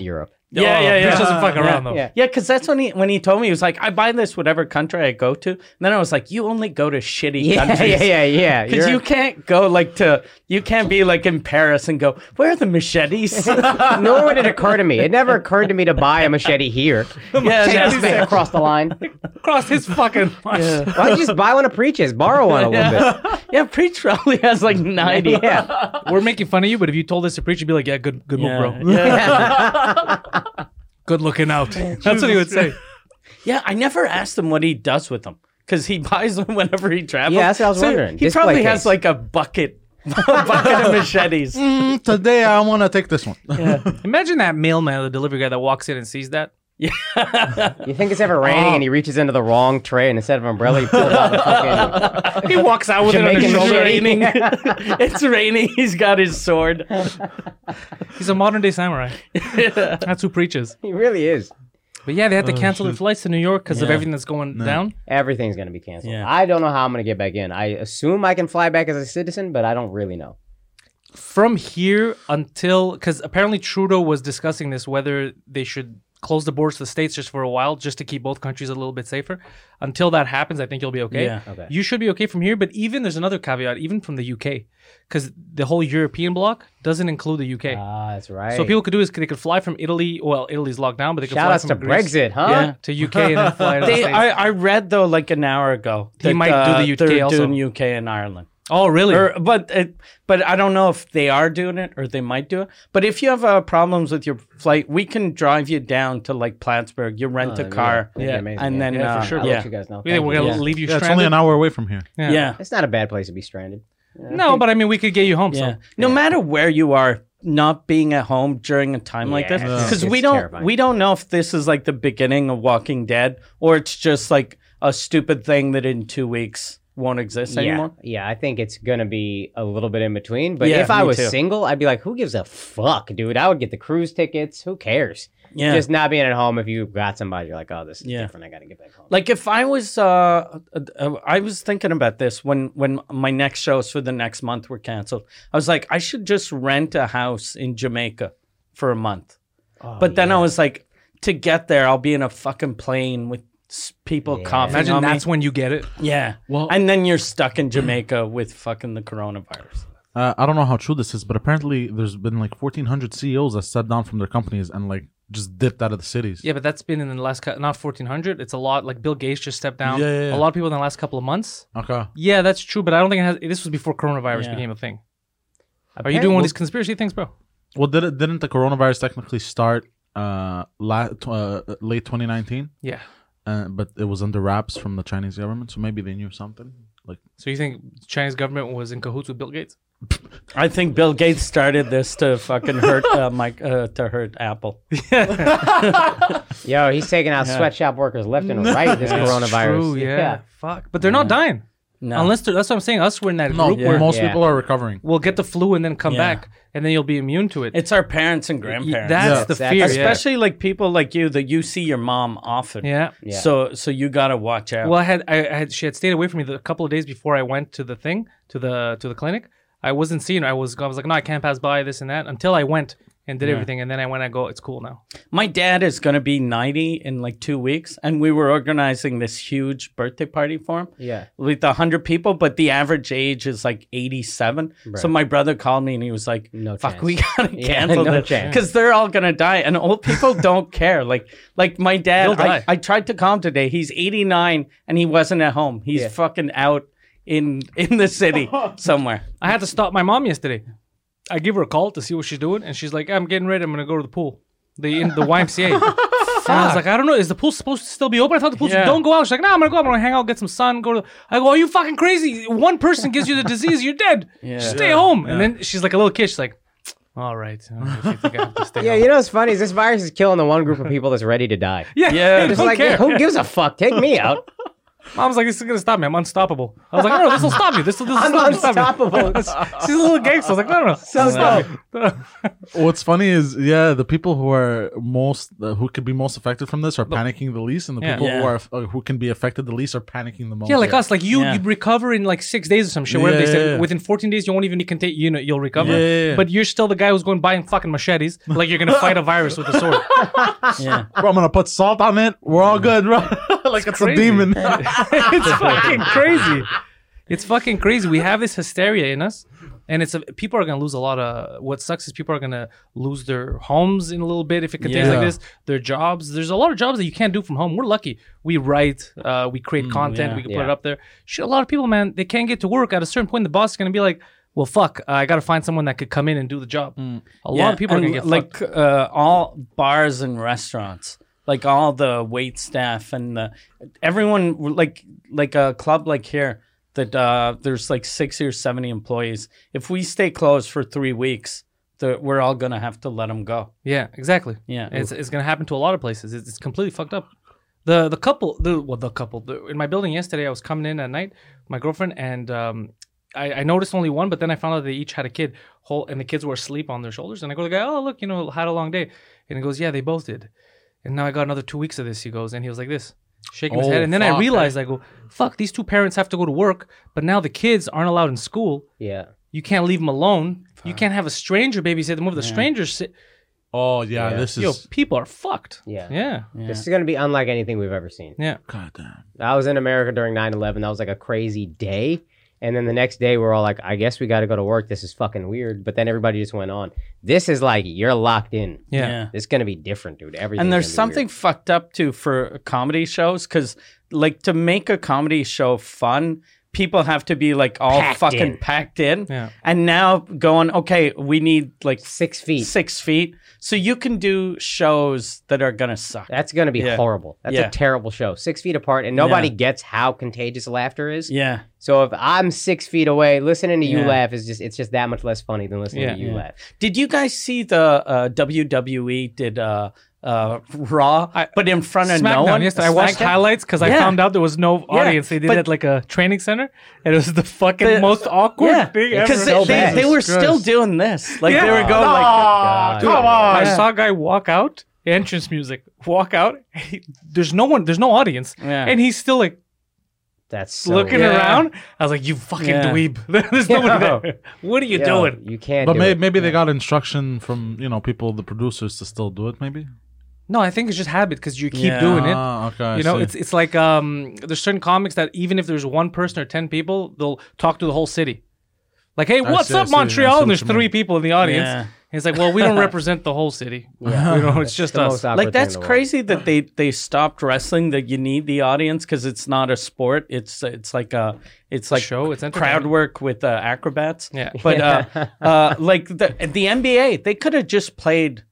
Speaker 4: Europe.
Speaker 2: Yeah,
Speaker 3: Oh,
Speaker 2: yeah, yeah.
Speaker 3: Preach doesn't fuck around though.
Speaker 4: Yeah.
Speaker 2: Yeah, because that's when he when he told me he was like, I buy this whatever country I go to. And then I was like, you only go to shitty
Speaker 4: Yeah,
Speaker 2: countries.
Speaker 4: yeah, yeah, yeah.
Speaker 2: Because
Speaker 4: You're-
Speaker 2: you can't go like to you can't be like in Paris and go where are the machetes? yeah,
Speaker 4: nor would it occur to me. It never occurred to me to buy a machete here.
Speaker 2: that's
Speaker 4: Just made it across the line.
Speaker 3: Cross his fucking. Yeah.
Speaker 4: Why don't you just buy one of Preach's? Borrow one a little bit.
Speaker 2: yeah. Preach probably has like ninety.
Speaker 4: Yeah.
Speaker 3: We're making fun of you, but if you told this to preach, you'd be like, "Yeah, good, good move, bro. Good looking out." That's what he would say.
Speaker 2: Yeah, I never asked him what he does with them because he buys them whenever he travels.
Speaker 4: Yeah, that's what I was wondering.
Speaker 2: He
Speaker 4: Display
Speaker 2: probably
Speaker 4: case.
Speaker 2: has like a bucket, a bucket of machetes.
Speaker 1: Mm, today I want to take this one.
Speaker 3: Imagine that mailman, the delivery guy that walks in and sees that.
Speaker 4: You think it's ever raining and he reaches into the wrong tray and instead of umbrella, he pulls out the fucking.
Speaker 3: He walks out with it on his
Speaker 4: Jamaican
Speaker 3: shoulder.
Speaker 4: machete.
Speaker 2: raining. it's raining. He's got his sword.
Speaker 3: He's a modern day samurai. That's who preaches.
Speaker 4: He really is.
Speaker 3: But yeah, they had to cancel their flights to New York because of everything that's going down.
Speaker 4: Everything's going to be canceled.
Speaker 2: Yeah.
Speaker 4: I don't know how I'm going to get back in. I assume I can fly back as a citizen, but I don't really know.
Speaker 3: From here until, because apparently Trudeau was discussing this whether they should close the borders to the states just for a while, just to keep both countries a little bit safer. Until that happens, I think you'll be okay.
Speaker 2: Yeah.
Speaker 4: Okay.
Speaker 3: You should be okay from here. But even there's another caveat, even from the UK, because the whole European bloc doesn't include the UK.
Speaker 4: Ah, that's right.
Speaker 3: So what people could do is they could fly from Italy. Well, Italy's locked down, but they could
Speaker 4: Shout
Speaker 3: fly
Speaker 4: outs to
Speaker 3: from Greece
Speaker 4: Brexit, huh?
Speaker 2: Yeah.
Speaker 3: to UK and then fly to the
Speaker 2: They,
Speaker 3: States.
Speaker 2: I, I read though like an hour ago. uh,
Speaker 3: He might do the UK
Speaker 2: they're
Speaker 3: also.
Speaker 2: doing UK and Ireland.
Speaker 3: oh, really?
Speaker 1: Er,
Speaker 2: Or, but it, but I don't know if they are doing it or they might do it. But if you have uh, problems with your flight, we can drive you down to like Plattsburgh. You rent a car,
Speaker 4: Oh, That'd be
Speaker 3: Yeah.
Speaker 4: amazing,
Speaker 2: Oh, and then
Speaker 3: Yeah,
Speaker 2: uh,
Speaker 3: for sure.
Speaker 4: I'll
Speaker 2: yeah,
Speaker 4: let you guys know.
Speaker 3: Yeah,
Speaker 4: Thank
Speaker 3: we're
Speaker 4: you.
Speaker 3: gonna
Speaker 2: yeah.
Speaker 3: leave you
Speaker 1: Yeah, it's only
Speaker 3: stranded.
Speaker 1: an hour away from here.
Speaker 3: Yeah.
Speaker 2: yeah.
Speaker 4: It's not a bad place to be stranded.
Speaker 3: No, but I mean, we could get you home.
Speaker 2: Yeah.
Speaker 3: So
Speaker 2: No matter where you are, not being at home during a time like this,
Speaker 4: Yeah.
Speaker 2: because
Speaker 4: Yeah.
Speaker 2: we
Speaker 4: It's
Speaker 2: don't
Speaker 4: terrifying.
Speaker 2: we don't know if this is like the beginning of Walking Dead or it's just like a stupid thing that in two weeks won't exist
Speaker 4: Yeah,
Speaker 2: anymore.
Speaker 4: yeah, I think it's gonna be a little bit in between. But
Speaker 2: Yeah,
Speaker 4: if I
Speaker 2: me
Speaker 4: was
Speaker 2: too.
Speaker 4: single, I'd be like, "Who gives a fuck, dude?" I would get the cruise tickets. Who cares?
Speaker 2: Yeah.
Speaker 4: Just not being at home. If you got somebody, you're like, "Oh, this is
Speaker 2: Yeah.
Speaker 4: different. I gotta get back home."
Speaker 2: like if I was, uh, uh, I was thinking about this when when my next shows for the next month were canceled. I was like, I should just rent a house in Jamaica for a month.
Speaker 3: Oh,
Speaker 2: but then I was like, to get there, I'll be in a fucking plane with s- people
Speaker 4: Yeah.
Speaker 2: coughing
Speaker 3: Imagine
Speaker 2: on me.
Speaker 3: that's when you get it.
Speaker 2: Yeah.
Speaker 1: Well-
Speaker 2: and then you're stuck in Jamaica with fucking the coronavirus.
Speaker 1: Uh, I don't know how true this is, but apparently there's been like 1,400 CEOs E that stepped down from their companies and like just dipped out of the cities.
Speaker 3: Yeah, but that's been in the last cou- not fourteen hundred. It's a lot. Like Bill Gates just stepped down.
Speaker 1: Yeah, yeah, yeah.
Speaker 3: A lot of people in the last couple of months.
Speaker 1: Okay.
Speaker 3: Yeah, that's true. But I don't think it has. This was before coronavirus
Speaker 2: Yeah.
Speaker 3: became a thing. Are you doing one of these conspiracy things, bro?
Speaker 1: Well, did it, didn't the coronavirus technically start uh, la- t- uh late 2019?
Speaker 3: Yeah.
Speaker 1: Uh, but it was under wraps from the Chinese government, so maybe they knew something. Like,
Speaker 3: So you think Chinese government was in cahoots with Bill Gates?
Speaker 2: I think Bill Gates started this to fucking hurt uh, Mike uh, to hurt Apple.
Speaker 4: Yo, he's taking out sweatshop workers left and right. with This coronavirus.
Speaker 3: True, yeah. Fuck. But they're not dying.
Speaker 2: No.
Speaker 3: Unless they're, that's what I'm saying. Us, we're in that
Speaker 1: no,
Speaker 3: group where
Speaker 1: most
Speaker 4: Yeah.
Speaker 1: people are recovering.
Speaker 3: we'll get the flu and then come
Speaker 2: Yeah.
Speaker 3: back, and then you'll be immune to it.
Speaker 2: it's our parents and
Speaker 3: Y-
Speaker 2: grandparents.
Speaker 3: That's
Speaker 1: Yeah.
Speaker 3: the
Speaker 4: Exactly.
Speaker 3: fear. yeah.
Speaker 2: especially like people like you that you see your mom often.
Speaker 3: Yeah.
Speaker 4: Yeah.
Speaker 2: So so you gotta watch out.
Speaker 3: Well, I had, I I had, she had stayed away from me the, a couple of days before I went to the thing, to the, to the clinic. I wasn't seeing her. I was, I was like, no, I can't pass by this and that until I went and did everything. And then I went, I go, it's cool now.
Speaker 2: My dad is gonna be ninety in like two weeks, and we were organizing this huge birthday party for him.
Speaker 4: Yeah.
Speaker 2: With a hundred people, but the average age is like eighty-seven. So my brother called me and he was like,
Speaker 4: No
Speaker 2: "Fuck,
Speaker 4: chance.
Speaker 2: we gotta
Speaker 4: Yeah,
Speaker 2: cancel
Speaker 4: no
Speaker 2: this
Speaker 4: chance.
Speaker 2: because they're all gonna die." And old people don't care. Like, like my dad.
Speaker 3: They'll
Speaker 2: I,
Speaker 3: die.
Speaker 2: I tried to call him today. He's eighty-nine and he wasn't at home. He's
Speaker 4: Yeah.
Speaker 2: fucking out in in the city somewhere.
Speaker 3: I had to stop my mom yesterday. I give her a call to see what she's doing. And she's like, I'm getting ready. I'm going to go to the pool. The, in the YMCA. And I was like, I don't know. Is the pool supposed to still be open? I thought the pool
Speaker 2: Yeah.
Speaker 3: don't go out. She's like, no, I'm gonna go. out. I'm gonna hang out, get some sun. Go to. I go, are you fucking crazy? One person gives you the disease, you're dead.
Speaker 2: Yeah.
Speaker 3: Stay home. And then she's like a little kid. She's like, all right. I think I have to stay
Speaker 4: Yeah,
Speaker 3: home."
Speaker 4: you know what's funny is this virus is killing the one group of people that's ready to die.
Speaker 3: Yeah,
Speaker 2: Yeah.
Speaker 3: yeah.
Speaker 4: It's
Speaker 3: Don't
Speaker 4: like,
Speaker 3: care.
Speaker 4: who gives a fuck? Take me out.
Speaker 3: Mom's like, this is gonna stop me. I'm unstoppable. I was like, no, no, this will stop you. This will, this will stop
Speaker 4: I'm
Speaker 3: you. Stop me.
Speaker 4: unstoppable.
Speaker 3: She's a little gangster. I was like, no, no, no.
Speaker 4: So dope.
Speaker 1: What's funny is, yeah, the people who are most, uh, who could be most affected from this are panicking the least, and the
Speaker 3: Yeah.
Speaker 1: people
Speaker 2: Yeah.
Speaker 1: who are uh, who can be affected the least are panicking the most.
Speaker 3: Yeah, like us, like you,
Speaker 2: Yeah.
Speaker 3: you recover in like six days or some shit. Whatever they
Speaker 1: Yeah,
Speaker 3: said,
Speaker 1: yeah, yeah.
Speaker 3: within 14 days, you won't even contain, you know, you'll recover.
Speaker 1: Yeah, yeah, yeah.
Speaker 3: But you're still the guy who's going buying fucking machetes. Like you're gonna fight a virus with a sword.
Speaker 2: Yeah.
Speaker 1: Bro, I'm gonna put salt on it. We're all good, bro. like it's, a
Speaker 3: crazy.
Speaker 1: demon.
Speaker 3: it's fucking crazy. It's fucking crazy. We have this hysteria in us, and it's a, people are gonna lose a lot of. What sucks is people are gonna lose their homes in a little bit if it continues
Speaker 1: Yeah.
Speaker 3: like this. Their jobs. There's a lot of jobs that you can't do from home. We're lucky. We write. Uh, we create content.
Speaker 2: yeah.
Speaker 3: we can
Speaker 4: Yeah.
Speaker 3: put it up there. Shit, a lot of people, man, they can't get to work. At a certain point, the boss is gonna be like. Well, fuck! I gotta find someone that could come in and do the job. A lot of people are
Speaker 2: and
Speaker 3: gonna get like,
Speaker 2: like uh, all bars and restaurants, like all the wait staff and the everyone like like a club like here that uh, there's like sixty or seventy employees. If we stay closed for three weeks, the, we're all gonna have to let them go.
Speaker 3: Yeah, exactly.
Speaker 2: Yeah.
Speaker 3: it's, it's gonna happen to a lot of places. It's, it's completely fucked up. The the couple, the well, the couple the, in my building yesterday. I was coming in at night, with my girlfriend, and um, I, I noticed only one, but then I found out they each had a kid. Whole and the kids were asleep on their shoulders, and I go to the guy, oh look, you know, had a long day, and he goes, yeah, they both did, and now I got another two weeks of this. He goes, and he was like this. Shaking his
Speaker 1: Oh,
Speaker 3: head, and then I
Speaker 1: fuck, eh?
Speaker 3: realized I go, "Fuck! These two parents have to go to work, but now the kids aren't allowed in school.
Speaker 4: Yeah.
Speaker 3: You can't leave them alone. You can't have a stranger babysit them. Over the stranger sit.
Speaker 1: Oh yeah,
Speaker 4: Yeah.
Speaker 1: this is
Speaker 3: Yo, people are fucked.
Speaker 4: Yeah.
Speaker 3: Yeah.
Speaker 4: This is going to be unlike anything we've ever seen.
Speaker 3: Yeah.
Speaker 1: goddamn.
Speaker 4: I was in America during 9 11. That was like a crazy day. And then the next day, we're all like, I guess we got to go to work. This is fucking weird. But then everybody just went on. This is like, you're locked in.
Speaker 3: Yeah.
Speaker 2: Yeah.
Speaker 4: It's going to be different, dude. Everything.
Speaker 2: and there's something fucked up too for comedy shows because like to make a comedy show fun people have to be like all
Speaker 4: Packed
Speaker 2: fucking
Speaker 4: in.
Speaker 2: packed in
Speaker 3: Yeah.
Speaker 2: and now going okay we need like
Speaker 4: Six feet.
Speaker 2: six feet so you can do shows that are gonna suck
Speaker 4: That's going to be
Speaker 2: Yeah.
Speaker 4: horrible. That's
Speaker 2: Yeah.
Speaker 4: a terrible show. Six feet apart, and nobody
Speaker 2: Yeah.
Speaker 4: gets how contagious laughter is.
Speaker 2: yeah
Speaker 4: So if I'm six feet away, listening to you
Speaker 3: Yeah.
Speaker 4: laugh is just it's just that much less funny than listening
Speaker 3: Yeah.
Speaker 4: to you
Speaker 3: Yeah.
Speaker 4: laugh.
Speaker 2: Did you guys see the uh, WWE did uh, uh, Raw,
Speaker 3: I-
Speaker 2: but in front of no
Speaker 3: SmackDown,
Speaker 2: one?
Speaker 3: yes, I watched
Speaker 2: SmackDown?
Speaker 3: highlights because I
Speaker 2: Yeah.
Speaker 3: found out there was no audience. They did
Speaker 2: but-
Speaker 3: it at like a training center, and it was the fucking
Speaker 2: The-
Speaker 3: most awkward
Speaker 2: Yeah,
Speaker 3: thing ever.
Speaker 2: because they,
Speaker 4: So
Speaker 2: they,
Speaker 4: bad.
Speaker 2: they were
Speaker 3: Jesus
Speaker 2: still
Speaker 3: Christ.
Speaker 2: doing this. Like they
Speaker 3: Yeah.
Speaker 2: were going like,
Speaker 4: God.
Speaker 1: come on.
Speaker 3: I saw a guy walk out, the entrance music, walk out. He, there's no one, there's no audience,
Speaker 2: Yeah.
Speaker 3: and he's still like
Speaker 4: That's so
Speaker 3: looking
Speaker 4: weird.
Speaker 2: Yeah.
Speaker 3: around. I was like, "You fucking
Speaker 2: Yeah.
Speaker 3: dweeb! there's nobody there. What are you
Speaker 4: Yo,
Speaker 3: doing?"
Speaker 4: You can't.
Speaker 1: But
Speaker 4: do
Speaker 1: maybe,
Speaker 4: it.
Speaker 1: maybe they got instruction from you know people, the producers, to still do it. Maybe
Speaker 3: No, I think it's just habit because you keep
Speaker 2: Yeah.
Speaker 3: doing it.
Speaker 1: Ah, okay. I
Speaker 3: you know,
Speaker 1: see.
Speaker 3: it's it's like um, there's certain comics that even if there's one person or ten people, they'll talk to the whole city. Like, hey,
Speaker 1: I
Speaker 3: what's
Speaker 1: see, I
Speaker 3: up,
Speaker 1: see, I see
Speaker 3: Montreal?
Speaker 1: what
Speaker 3: And there's
Speaker 1: you mean.
Speaker 3: three people in the audience.
Speaker 2: Yeah.
Speaker 3: And it's like, well, we don't represent the whole city. Yeah. You know, it's just
Speaker 4: the
Speaker 3: us.
Speaker 4: most awkward
Speaker 2: like
Speaker 4: thing
Speaker 2: that's
Speaker 4: in the world.
Speaker 2: crazy that they they stopped wrestling. That you need the audience because it's not a sport. It's it's like a it's like
Speaker 3: show, it's
Speaker 2: crowd
Speaker 3: entertainment.
Speaker 2: work with uh, acrobats.
Speaker 3: Yeah.
Speaker 2: but uh, uh, like the the NBA, they could have just played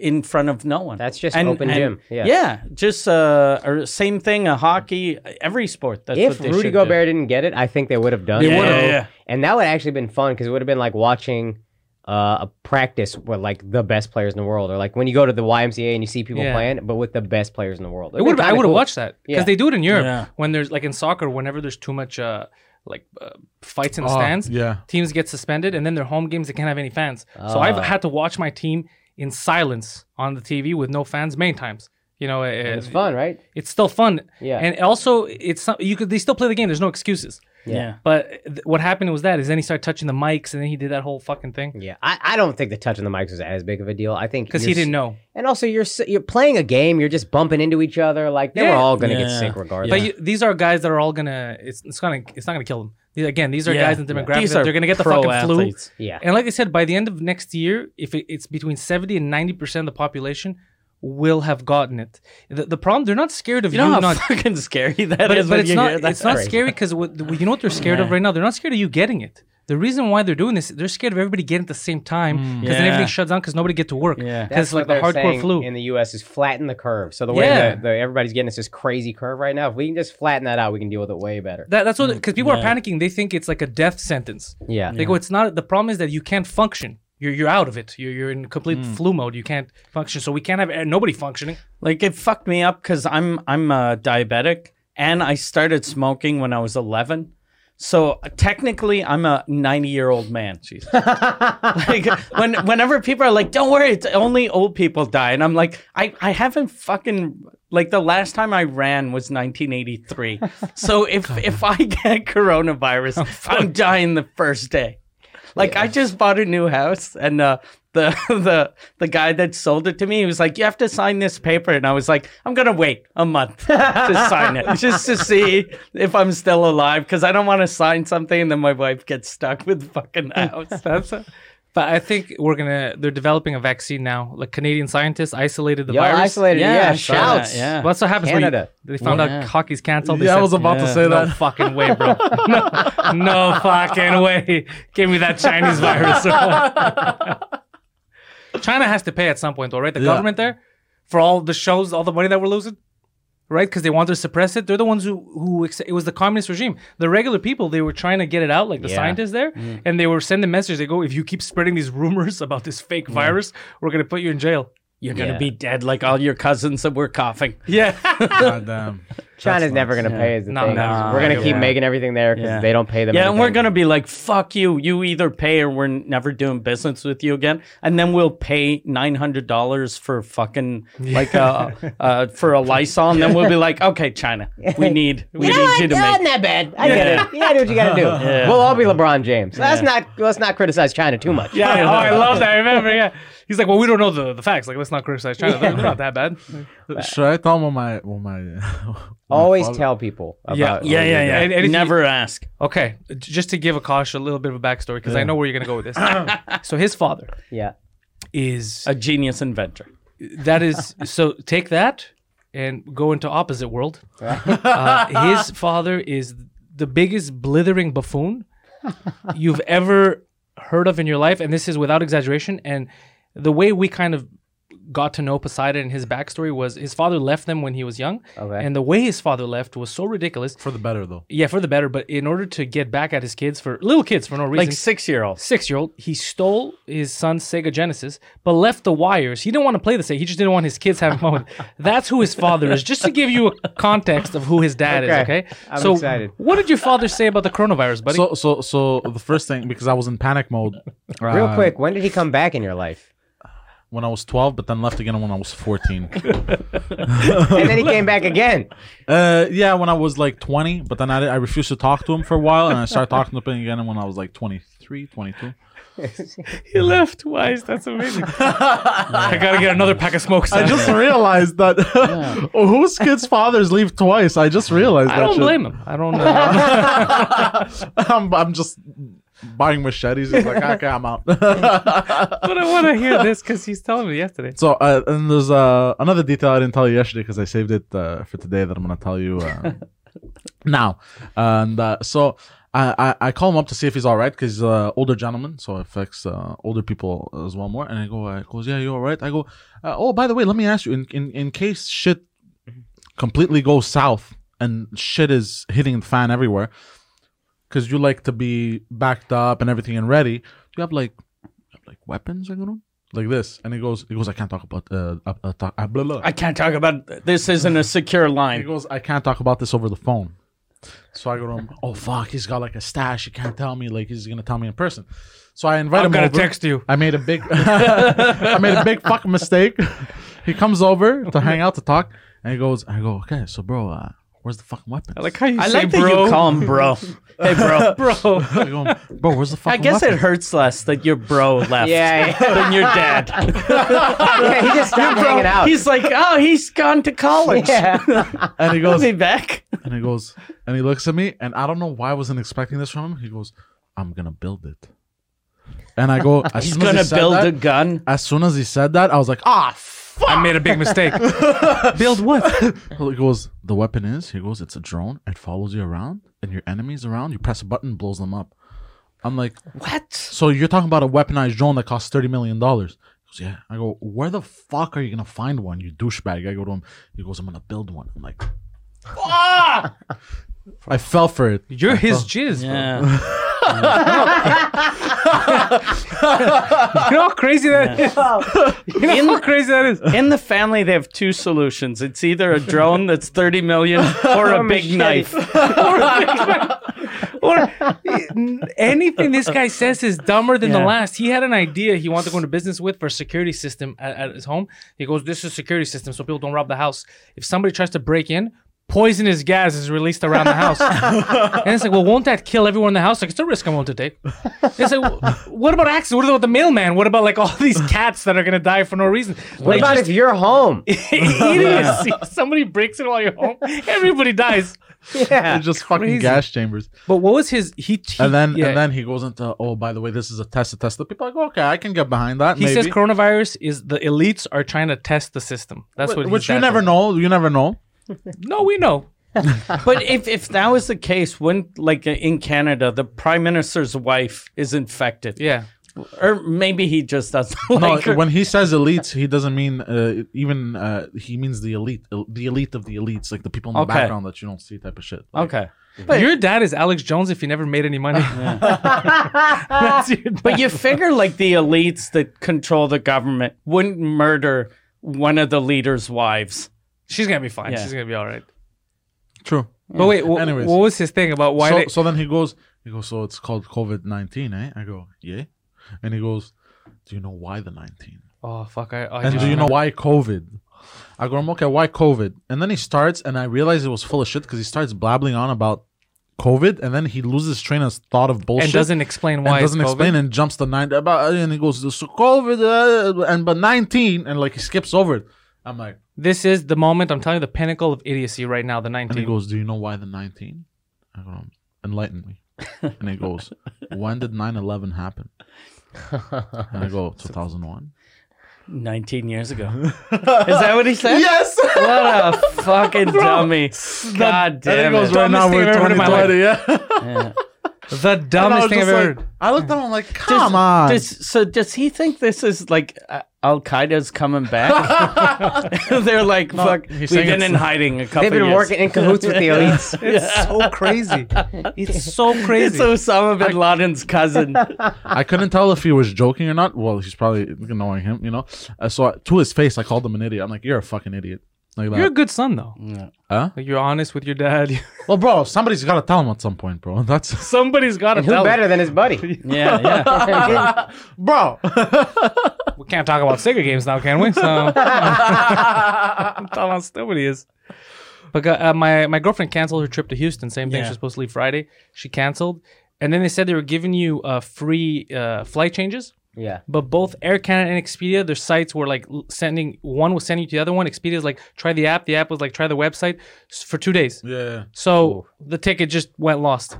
Speaker 2: in front of no one.
Speaker 4: That's just open gym. Yeah.
Speaker 2: just uh, or same thing. A hockey, every sport. That's
Speaker 4: If
Speaker 2: what they
Speaker 4: Rudy
Speaker 2: should
Speaker 4: Gobert didn't get it, I think they would have done
Speaker 2: They
Speaker 4: it.
Speaker 2: would've.
Speaker 4: So-
Speaker 2: Yeah, yeah.
Speaker 4: And that would actually been fun because it would have been like watching uh, a practice with like the best players in the world, or like when you go to the YMCA and you see people
Speaker 3: Yeah.
Speaker 4: playing, but with the best players in the world.
Speaker 3: It would I would have watched
Speaker 4: watched.
Speaker 3: that because
Speaker 4: Yeah.
Speaker 3: they do it in Europe
Speaker 2: Yeah.
Speaker 3: when there's like in soccer whenever there's too much uh, like uh, fights in the
Speaker 1: Ah,
Speaker 3: stands.
Speaker 1: yeah.
Speaker 3: teams get suspended and then their home games they can't have any fans. So I've had to watch my team in silence on the TV with no fans many times. You know,
Speaker 4: And
Speaker 3: it,
Speaker 4: It's fun, right?
Speaker 3: It's still fun.
Speaker 4: Yeah.
Speaker 3: and also it's not, you could they still play the game. There's no excuses.
Speaker 2: do. Yeah.
Speaker 3: But th- what happened was that is then he started touching the mics and then he did that whole fucking thing
Speaker 4: Yeah, I, I don't think the touch on the mics was as big of a deal. I think
Speaker 3: because
Speaker 4: you're
Speaker 3: he
Speaker 4: s-
Speaker 3: didn't know.
Speaker 4: and also you're s- you're playing a game. You're just bumping into each other. Like they were
Speaker 3: Yeah.
Speaker 4: all gonna get
Speaker 2: Yeah.
Speaker 4: sick regardless.
Speaker 3: But you, these are guys that are all gonna. It's, it's gonna. It's not gonna kill them. These- Again, these are
Speaker 2: Yeah.
Speaker 3: guys in demographics.
Speaker 2: These
Speaker 3: that
Speaker 2: are
Speaker 3: they're gonna get the
Speaker 2: pro
Speaker 3: fucking
Speaker 2: athletes.
Speaker 3: flu.
Speaker 4: Yeah.
Speaker 3: And like I said, by the end of next year, if it, it's between seventy and ninety percent of the population will have gotten it. The, the problem, they're not scared of
Speaker 2: You
Speaker 3: you,
Speaker 2: know how
Speaker 3: not.
Speaker 2: fucking scary that
Speaker 3: But,
Speaker 2: is.
Speaker 3: but
Speaker 2: when
Speaker 3: it's
Speaker 2: you
Speaker 3: not.
Speaker 2: hear that?
Speaker 3: It's not scary because you know what they're scared of
Speaker 2: Yeah.
Speaker 3: right now. They're not scared of you getting it. The reason why they're doing this, they're scared of everybody getting it at the same time because then
Speaker 2: Yeah.
Speaker 3: everything shuts down because nobody get to work.
Speaker 2: Yeah.
Speaker 3: 'Cause
Speaker 4: That's
Speaker 3: it's like the
Speaker 4: what they're
Speaker 3: hardcore
Speaker 4: saying
Speaker 3: flu.
Speaker 4: in the U.S. is flatten the curve. So the way
Speaker 3: Yeah.
Speaker 4: that the, everybody's getting is this crazy curve right now. If we can just flatten that out, we can deal with it way better.
Speaker 3: That, that's what because people are panicking. They think it's like a death sentence.
Speaker 4: Yeah.
Speaker 3: They go, it's not. The problem is that you can't function. You're you're out of it. You're you're in complete flu mode. You can't function. So we can't have uh, nobody functioning.
Speaker 2: Like it fucked me up because I'm I'm uh, diabetic and I started smoking when I was 11. So uh, technically, I'm a 90 year old man. Jesus. like when whenever people are like, "Don't worry, it's only old people die," and I'm like, I I haven't fucking like the last time I ran was 1983. so if if I get coronavirus, I'm dying the first day. Like I just bought a new house and uh the the the guy that sold it to me he was like, You have to sign this paper and I was like, I'm gonna wait a month to sign it just to see if I'm still alive because I don't wanna sign something and then my wife gets stuck with the fucking house.
Speaker 3: That's. A, but I think we're gonna. They're developing a vaccine now. Like Canadian scientists isolated the
Speaker 4: Y'all
Speaker 3: virus.
Speaker 4: isolated. Yeah.
Speaker 2: Yeah, I saw that,
Speaker 4: shouts.
Speaker 2: yeah.
Speaker 3: Well, that's what happens. when you-
Speaker 4: Canada.
Speaker 3: they found out
Speaker 2: Yeah.
Speaker 3: hockey's canceled. They
Speaker 1: yeah, I
Speaker 3: said,
Speaker 1: was about to
Speaker 2: yeah.
Speaker 1: say
Speaker 3: No
Speaker 1: that.
Speaker 3: fucking way, bro. No, no fucking way. Give me that Chinese virus. China has to pay at some point, though, right? The
Speaker 1: Yeah.
Speaker 3: government there for all the shows, all the money that we're losing, right? Because they want to suppress it. They're the ones who who acce- it was the communist regime. The regular people they were trying to get it out, like the
Speaker 4: Yeah.
Speaker 3: scientists there,
Speaker 1: Mm.
Speaker 3: and they were sending messages. They go, if you keep spreading these rumors about this fake virus, we're gonna put you in jail.
Speaker 2: You're gonna
Speaker 4: Yeah.
Speaker 2: be dead like all your cousins that were coughing.
Speaker 3: Yeah.
Speaker 1: God damn.
Speaker 4: China's never gonna pay us the
Speaker 3: No,
Speaker 4: thing.
Speaker 3: no,
Speaker 4: we're gonna
Speaker 3: no,
Speaker 4: keep
Speaker 3: yeah.
Speaker 4: making everything there because
Speaker 2: Yeah.
Speaker 4: they don't pay them.
Speaker 2: Yeah, and we're
Speaker 4: anything.
Speaker 2: gonna be like, "Fuck you! You either pay or we're never doing business with you again." And then we'll pay nine hundred dollars for fucking like uh, uh for a Lysol, and then we'll be like, "Okay, China, we need we
Speaker 4: You know
Speaker 2: need
Speaker 4: what?
Speaker 2: you to
Speaker 4: It
Speaker 2: make."
Speaker 4: wasn't that bad. I get it. You gotta do what you gotta do. We'll all be LeBron James. Let's not let's not criticize China too much.
Speaker 3: Yeah, oh, I love that. I remember, yeah. He's like, well, we don't know the, the facts. Like, let's not criticize China. They're not that bad.
Speaker 1: Should I tell him my well my?
Speaker 4: Always tell people. About
Speaker 3: Yeah.
Speaker 4: what
Speaker 2: Yeah,
Speaker 4: you do.
Speaker 2: yeah, yeah.
Speaker 3: And- and if
Speaker 2: never ask.
Speaker 3: Okay, j- just to give Akash a little bit of a backstory, because I know where you're going to go with this. so his father
Speaker 4: Yeah.
Speaker 3: is
Speaker 2: A genius inventor.
Speaker 3: that is so take that and go into opposite world. Uh, his father is the biggest blithering buffoon you've ever heard of in your life, and this is without exaggeration. And the way we kind of got to know Poseidon and his backstory was his father left them when he was young,
Speaker 4: Okay.
Speaker 3: and the way his father left was so ridiculous.
Speaker 1: for the better though.
Speaker 3: Yeah, for the better, but in order to get back at his kids for little kids for no reason,
Speaker 2: Like six year olds.
Speaker 3: six year old, he stole his son's Sega Genesis, but left the wires. He didn't want to play the Sega. He just didn't want his kids having fun with. it. That's who his father is. Just to give you a context of who his dad
Speaker 4: Okay.
Speaker 3: is. Okay,
Speaker 4: I'm
Speaker 3: so
Speaker 4: excited.
Speaker 3: what did your father say about the coronavirus, buddy?
Speaker 1: So so so the first thing because I was in panic mode.
Speaker 4: Real
Speaker 1: uh,
Speaker 4: quick, when did he come back in your life?
Speaker 1: when I was twelve, but then left again when I was fourteen.
Speaker 4: And then he came back again.
Speaker 1: uh, yeah, when I was like twenty, but then I, I refused to talk to him for a while, and I started talking to him again when I was like 23, 22.
Speaker 3: he left twice. That's amazing. I gotta get another pack of smokes.
Speaker 1: I just realized that whose kids' fathers leave twice. I just realized. that
Speaker 3: I don't
Speaker 1: shit.
Speaker 3: blame him. I don't. Uh,
Speaker 1: I'm, I'm just buying machetes. He's like, okay, I'm out.
Speaker 3: but I want to hear this because he's telling me yesterday.
Speaker 1: so, uh, and there's uh, another detail I didn't tell you yesterday because I saved it uh, for today that I'm going to tell you uh, now. And uh, so I, I, I call him up to see if he's all right because he's an older gentleman. So it affects uh, older people as well more. And I go, uh, he goes, yeah, you all right? I go, uh, oh, by the way, let me ask you in, in, in case shit completely goes south and shit is hitting the fan everywhere because you like to be backed up and everything and ready. Do you have like you have, like weapons? I go like this, and he goes, he goes, I can't talk about uh, uh, uh, talk, uh blah, blah.
Speaker 2: I can't talk about this. Isn't a secure
Speaker 1: he
Speaker 2: line.
Speaker 1: goes, I can't talk about this over the phone. So I go to him, oh fuck, he's got like a stash. He can't tell me, like he's gonna tell me in person. So I invite
Speaker 3: I'm
Speaker 1: him
Speaker 3: gonna
Speaker 1: over.
Speaker 3: text you.
Speaker 1: I made a big, I made a big fucking mistake. he comes over to hang out to talk, and he goes, I go, okay, so bro, uh, where's the fucking weapons?
Speaker 3: Like how you
Speaker 2: I
Speaker 3: say,
Speaker 2: like that
Speaker 3: bro.
Speaker 2: you call him bro. Hey, bro.
Speaker 3: bro.
Speaker 1: I go, bro, where's the
Speaker 2: I
Speaker 1: fucking?
Speaker 2: guess it
Speaker 1: weapons?"
Speaker 2: hurts less that your bro left
Speaker 4: Yeah.
Speaker 2: than your dad.
Speaker 4: yeah, he just stopped hanging out.
Speaker 2: He's like, oh, he's gone to college.
Speaker 4: yeah.
Speaker 1: And he
Speaker 2: He'll
Speaker 1: goes,
Speaker 2: be back.
Speaker 1: And he goes, and he looks at me, and I don't know why I wasn't expecting this from him. He goes, I'm gonna build it. And I go, as
Speaker 2: He's
Speaker 1: soon as he
Speaker 2: gonna
Speaker 1: said
Speaker 2: build
Speaker 1: that-
Speaker 2: a gun.
Speaker 1: As soon as he said that, I was like, ah, fuck.
Speaker 3: I made a big mistake.
Speaker 1: Build what? he goes, the weapon is, he goes, it's a drone. It follows you around, and your enemies around. You press a button, blows them up. I'm like,
Speaker 2: What?
Speaker 1: so you're talking about a weaponized drone that costs $30 million. He goes, yeah. I go, where the fuck are you gonna find one, you douchebag? I go to him, he goes, I'm gonna build one. I'm like, "Ah!" I fell for it.
Speaker 3: You're his jizz. bro.
Speaker 2: Yeah.
Speaker 3: You know how crazy that is. You know
Speaker 2: In-
Speaker 3: how crazy that is.
Speaker 2: In the family, they have two solutions. It's either a drone that's 30 million or a big
Speaker 4: machete.
Speaker 2: knife.
Speaker 3: or anything this guy says is dumber than the last. He had an idea he wanted to go into business with for a security system at, at his home. He goes, "This is a security system, so people don't rob the house. If somebody tries to break in." Poisonous gas is released around the house, and it's like, well, won't that kill everyone in the house? Like, it's a risk I'm willing to take. It's like, wh- what about accidents? What about the mailman? What about like all these cats that are gonna die for no reason?
Speaker 4: What
Speaker 3: like,
Speaker 4: about if you're home?
Speaker 3: idiocy? Somebody breaks in while you're home, everybody dies.
Speaker 1: They're
Speaker 4: Yeah.
Speaker 1: just fucking
Speaker 3: crazy.
Speaker 1: gas chambers.
Speaker 3: But what was his? He, he
Speaker 1: And then
Speaker 3: yeah.
Speaker 1: and then he goes into oh by the way this is a test to test the people. I go okay I can get behind that.
Speaker 3: He
Speaker 1: maybe.
Speaker 3: says coronavirus is the elites are trying to test the system. That's what.
Speaker 1: which you never know. You never know.
Speaker 3: know. No, we know.
Speaker 2: But if, if that was the case, when, like in Canada, the prime minister's wife is infected.
Speaker 3: Yeah.
Speaker 2: Or maybe he just doesn't
Speaker 1: No,
Speaker 2: like her.
Speaker 1: when he says elites, he doesn't mean uh, even uh, he means the elite, el- the elite of the elites, like the people in the
Speaker 2: Okay.
Speaker 1: background that you don't see type of shit. Like,
Speaker 2: Okay.
Speaker 3: Your dad is Alex Jones if he never made any money. That's your dad.
Speaker 2: But you figure like the elites that control the government wouldn't murder one of the leader's wives.
Speaker 3: She's gonna be fine.
Speaker 2: Yeah.
Speaker 3: She's gonna be all right.
Speaker 1: True.
Speaker 3: But wait, wh-
Speaker 1: Anyways.
Speaker 3: what was his thing about why?
Speaker 1: so,
Speaker 3: they-
Speaker 1: so then he goes, he goes, so it's called COVID nineteen, eh? I go, yeah, and he goes, do you know why the nineteen?
Speaker 3: oh fuck! I, I
Speaker 1: And
Speaker 3: just
Speaker 1: do you know
Speaker 3: remember.
Speaker 1: why COVID? I go, okay, why COVID? And then he starts, and I realize it was full of shit because he starts blabbling on about COVID, and then he loses train of thought of bullshit
Speaker 3: And doesn't explain
Speaker 1: and
Speaker 3: why.
Speaker 1: doesn't
Speaker 3: it's COVID.
Speaker 1: explain and jumps to nine about and he goes so COVID uh, and but nineteen and like he skips over it. I'm like,
Speaker 3: This is the moment. I'm telling you, the pinnacle of idiocy right now. The
Speaker 1: and he
Speaker 3: 19.
Speaker 1: goes, do you know why the nineteen? I go, "Um, enlighten me. And he goes, when did 9-11 happen? And I go, 2001.
Speaker 2: 19 years ago. Is that what he said?
Speaker 1: Yes.
Speaker 2: What a fucking dummy. God
Speaker 1: And he
Speaker 2: damn
Speaker 1: goes,
Speaker 2: it.
Speaker 1: right
Speaker 3: Dumbest
Speaker 1: now
Speaker 3: thing
Speaker 1: we're
Speaker 3: I've ever heard in my
Speaker 1: 2020. Yeah.
Speaker 2: Yeah.
Speaker 3: The
Speaker 1: And I was
Speaker 3: dumbest thing I've
Speaker 1: just
Speaker 3: ever
Speaker 1: like,
Speaker 3: heard.
Speaker 1: I looked at him like,
Speaker 2: Does-
Speaker 1: come on.
Speaker 2: does- so does he think this is like uh, Al Qaeda's coming back? They're like, fuck.
Speaker 1: he's
Speaker 2: We've
Speaker 1: saying
Speaker 2: been
Speaker 1: it's-
Speaker 2: in hiding a couple.
Speaker 4: They've been
Speaker 2: years.
Speaker 4: working in cahoots with the elites.
Speaker 3: It's so crazy. It's so
Speaker 2: It's
Speaker 3: crazy.
Speaker 2: Osama bin Laden's cousin.
Speaker 1: I couldn't tell if he was joking or not. Well, he's probably knowing him, you know. Uh, so I, to his face, I called him an idiot. I'm like, you're a fucking idiot. Like that.
Speaker 3: You're a good son though.
Speaker 1: Huh?
Speaker 3: Like you're honest with your dad.
Speaker 1: Well, bro, somebody's got to tell him at some point, bro. That's
Speaker 3: Somebody's got to
Speaker 4: Who
Speaker 3: tell.
Speaker 4: better than his buddy?
Speaker 2: yeah, yeah.
Speaker 1: bro.
Speaker 3: him. We can't talk about Sega games now, can we? So I'm telling how stupid he is. But uh, my my girlfriend canceled her trip to Houston. Same thing.
Speaker 2: Yeah.
Speaker 3: She was supposed to leave Friday. She canceled, and then they said they were giving you uh, free uh, flight changes.
Speaker 4: Yeah.
Speaker 3: But both Air Canada and Expedia, their sites were like l- sending one was sending you to the other one. Expedia's like try the app. The app was like try the website s- for two days.
Speaker 1: yeah.
Speaker 3: So the ticket just went lost.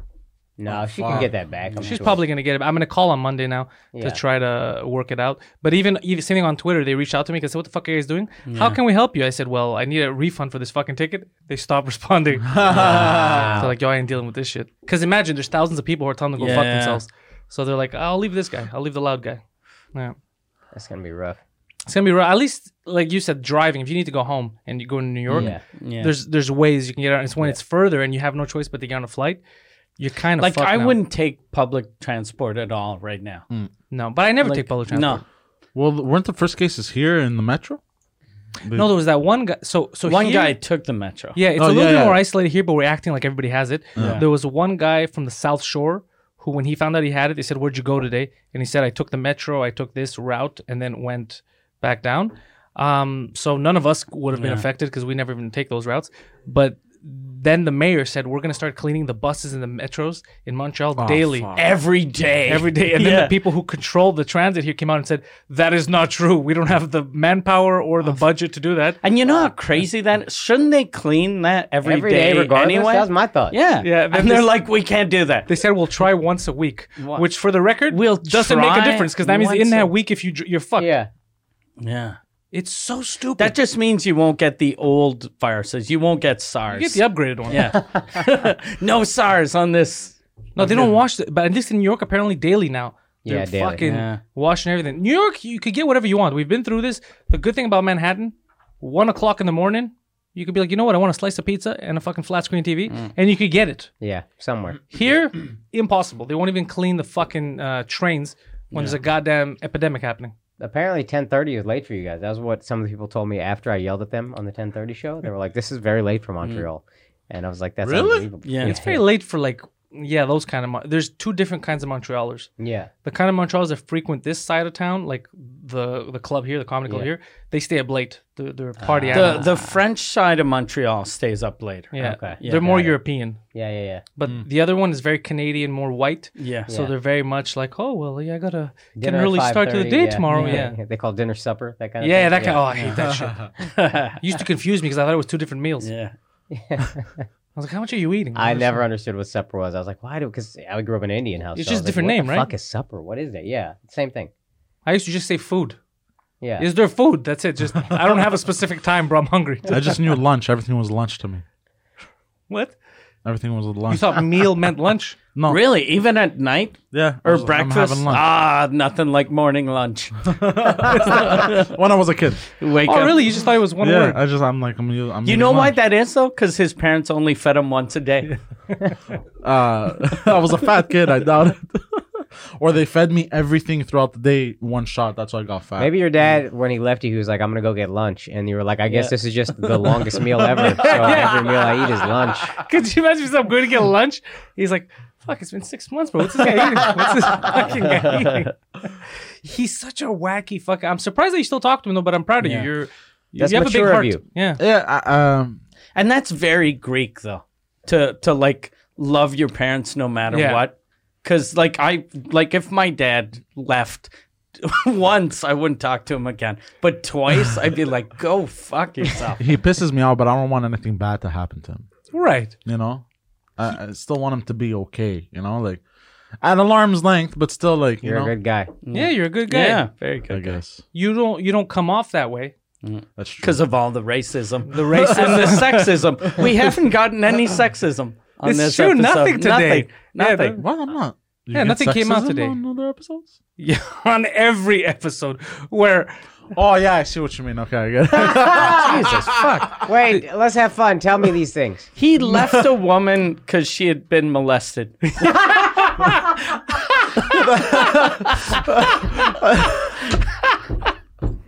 Speaker 4: No, she
Speaker 1: fuck.
Speaker 4: can get that back. I'm
Speaker 3: She's
Speaker 4: sure.
Speaker 3: probably gonna get it. I'm gonna call on Monday now
Speaker 4: Yeah.
Speaker 3: to try to work it out. But even even same thing on Twitter, they reached out to me and said, "What the fuck are you guys doing? How can we help you?" I said, "Well, I need a refund for this fucking ticket." They stopped responding. So like, yo, I ain't dealing with this shit. Because imagine there's thousands of people who are telling them to go fuck
Speaker 2: Yeah.
Speaker 3: themselves. So they're like, "I'll leave this guy. I'll leave the loud guy." Yeah.
Speaker 4: That's gonna be rough.
Speaker 3: It's gonna be rough. At least, like you said, driving. If you need to go home and you go to New York,
Speaker 4: Yeah.
Speaker 2: yeah.
Speaker 3: there's there's ways you can get out. It's when it's further and you have no choice but to get on a flight. You're kind of
Speaker 2: like
Speaker 3: fucked
Speaker 2: I
Speaker 3: now.
Speaker 2: wouldn't take public transport at all right now.
Speaker 1: Hmm.
Speaker 3: no, but I never
Speaker 2: Like,
Speaker 3: take public
Speaker 2: No,
Speaker 3: transport.
Speaker 1: Well, weren't the first cases here in the metro?
Speaker 3: No, no, there was that one guy. So so
Speaker 2: one
Speaker 3: here-
Speaker 2: guy took the metro.
Speaker 3: Yeah, it's
Speaker 1: Oh,
Speaker 3: a little
Speaker 1: yeah,
Speaker 3: bit
Speaker 1: yeah.
Speaker 3: more isolated here, but we're acting like everybody has it.
Speaker 2: Yeah.
Speaker 3: There was one guy from the South Shore who, when he found out he had it, they said, "Where'd you go today?" And he said, "I took the metro. I took this route, and then went back down." Um, so none of us would have been affected because we never even take those routes. But then the mayor said, "We're going to start cleaning the buses and the metros in Montreal daily."
Speaker 1: fuck.
Speaker 2: every day.
Speaker 3: Every day, and then
Speaker 2: Yeah.
Speaker 3: the people who control the transit here came out and said, "That is not true. We don't have the manpower or the budget to do that."
Speaker 2: And you know how crazy that is? Shouldn't they clean that
Speaker 4: Every day, regardless.
Speaker 2: anyway?
Speaker 4: That was my thought.
Speaker 2: yeah.
Speaker 3: Yeah, then
Speaker 2: And they're
Speaker 3: this-
Speaker 2: like, we can't do that.
Speaker 3: They said we'll try once a week,
Speaker 2: Wha-
Speaker 3: which for the record
Speaker 2: We'll
Speaker 3: doesn't
Speaker 2: try
Speaker 3: make a difference because that means
Speaker 2: once
Speaker 3: in
Speaker 2: a-
Speaker 3: that week if you dr- you're fucked.
Speaker 4: Yeah.
Speaker 2: yeah.
Speaker 3: It's so stupid.
Speaker 2: That just means you won't get the old viruses. You won't get SARS.
Speaker 3: you get the upgraded one.
Speaker 2: yeah. no SARS on this.
Speaker 3: No, they don't wash it, but at least in New York, apparently daily now. They're
Speaker 4: Yeah, daily.
Speaker 3: fucking
Speaker 2: Yeah.
Speaker 3: washing everything. New York, you could get whatever you want. We've been through this. The good thing about Manhattan, one o'clock in the morning, you could be like, you know what? I want a slice of pizza and a fucking flat screen TV,
Speaker 2: Mm.
Speaker 3: and you could get it.
Speaker 4: Yeah. Somewhere.
Speaker 3: Here, impossible. They won't even clean the fucking uh, trains when there's a goddamn epidemic happening.
Speaker 4: Apparently, 10:30 is late for you guys. That was what some of the people told me after I yelled at them on the 10:30 show. They were like, "This is very late for Montreal," and I was like, "That's
Speaker 1: Really?
Speaker 4: unbelievable."
Speaker 2: Yeah.
Speaker 3: Mm. It's very late for like, yeah, those kind of. Mon- There's two different kinds of Montrealers.
Speaker 4: yeah.
Speaker 3: The kind of Montrealers that frequent this side of town, like the the club here, the comedy club here, they stay up late. They're, they're party
Speaker 2: The,
Speaker 3: animals.
Speaker 2: the French side of Montreal stays up later.
Speaker 3: yeah.
Speaker 4: okay.
Speaker 3: they're more
Speaker 4: got it.
Speaker 3: European,
Speaker 4: Yeah. Yeah. Yeah.
Speaker 3: but the other one is very Canadian, more white.
Speaker 2: Yeah.
Speaker 3: So
Speaker 4: Yeah.
Speaker 3: they're very much like, oh well, yeah, I gotta get an
Speaker 4: Dinner at
Speaker 3: early start to the
Speaker 4: 5:30,
Speaker 3: day tomorrow. Yeah, yeah,
Speaker 4: They call dinner supper. That kind of. thing.
Speaker 3: that kind. Oh, I hate that shit.
Speaker 2: Uh,
Speaker 3: used to confuse me because I thought it was two different meals. I
Speaker 2: Yeah.
Speaker 3: was like, how much are you eating?
Speaker 4: I never understood what supper was. I was like, why do? Because I grew up in an Indian house.
Speaker 3: It's
Speaker 4: so I
Speaker 3: just
Speaker 4: was
Speaker 3: a different
Speaker 4: like, what
Speaker 3: name,
Speaker 4: the
Speaker 3: right?
Speaker 4: Fuck is supper? What is it? Yeah, same thing.
Speaker 3: I used to just say food.
Speaker 4: Yeah,
Speaker 3: Is there food? That's it. Just I don't have a specific time, bro. I'm hungry.
Speaker 1: I just knew lunch. Everything was lunch to me.
Speaker 3: what?
Speaker 1: Everything was
Speaker 3: You
Speaker 1: lunch.
Speaker 3: thought meal meant lunch?
Speaker 1: no,
Speaker 2: Really? Even at night?
Speaker 1: yeah, I
Speaker 2: Or
Speaker 1: was- I'm
Speaker 2: breakfast?
Speaker 1: having lunch.
Speaker 2: Ah, nothing like morning lunch.
Speaker 1: when I was a kid.
Speaker 2: Wake
Speaker 3: Oh,
Speaker 2: up.
Speaker 3: really? You just thought it was one
Speaker 1: Yeah,
Speaker 3: word?
Speaker 1: I just I'm like I'm. I'm
Speaker 2: You know why that is though? Because his parents only fed him once a day.
Speaker 1: Uh, I was a fat kid. I doubt it. or they fed me everything throughout the day, one shot. That's why I got fat.
Speaker 4: Maybe your dad, when he left you, he was like, "I'm gonna go get lunch," and you were like, "I guess this is just the longest meal ever. So every meal I eat is lunch."
Speaker 3: Could you imagine yourself going to get lunch? He's like, "Fuck, it's been six months, bro. What's this guy eating? What's this fucking guy eating?" He's such a wacky fuck. I'm surprised that you still talk to him though, but I'm proud of
Speaker 2: Yeah.
Speaker 3: you. You're
Speaker 4: That's
Speaker 3: you have
Speaker 4: mature
Speaker 3: a
Speaker 4: of
Speaker 3: big heart.
Speaker 4: you.
Speaker 3: Yeah.
Speaker 1: Yeah. I, um.
Speaker 2: And that's very Greek though. To to like love your parents no matter
Speaker 3: Yeah.
Speaker 2: what. Cause like I like if my dad left once, I wouldn't talk to him again. But twice, I'd be like, go fuck yourself.
Speaker 1: He pisses me off, but I don't want anything bad to happen to him.
Speaker 3: Right.
Speaker 1: You know, I, I still want him to be okay. You know, like at alarm's length, but still like you
Speaker 4: You're
Speaker 1: know.
Speaker 4: a good guy.
Speaker 3: Yeah, you're a good guy.
Speaker 2: yeah, very
Speaker 1: I
Speaker 2: good.
Speaker 1: guess
Speaker 3: You don't you don't come off that way.
Speaker 1: that's true.
Speaker 2: Because of all the racism. The racism the sexism. We haven't gotten any sexism. on
Speaker 3: It's
Speaker 2: this
Speaker 3: true,
Speaker 2: episode.
Speaker 3: nothing today.
Speaker 2: Nothing.
Speaker 3: Yeah,
Speaker 2: nothing.
Speaker 3: there-
Speaker 1: What? I'm not. You
Speaker 3: Yeah,
Speaker 1: get
Speaker 3: nothing came out
Speaker 1: sexism
Speaker 3: today.
Speaker 1: On other episodes?
Speaker 3: Yeah, on every episode where
Speaker 1: Oh yeah, I see what you mean. Okay, I get it.
Speaker 4: Ah!
Speaker 3: Jesus fuck.
Speaker 4: Wait, let's have fun. Tell me these things.
Speaker 2: He left a woman because she had been molested.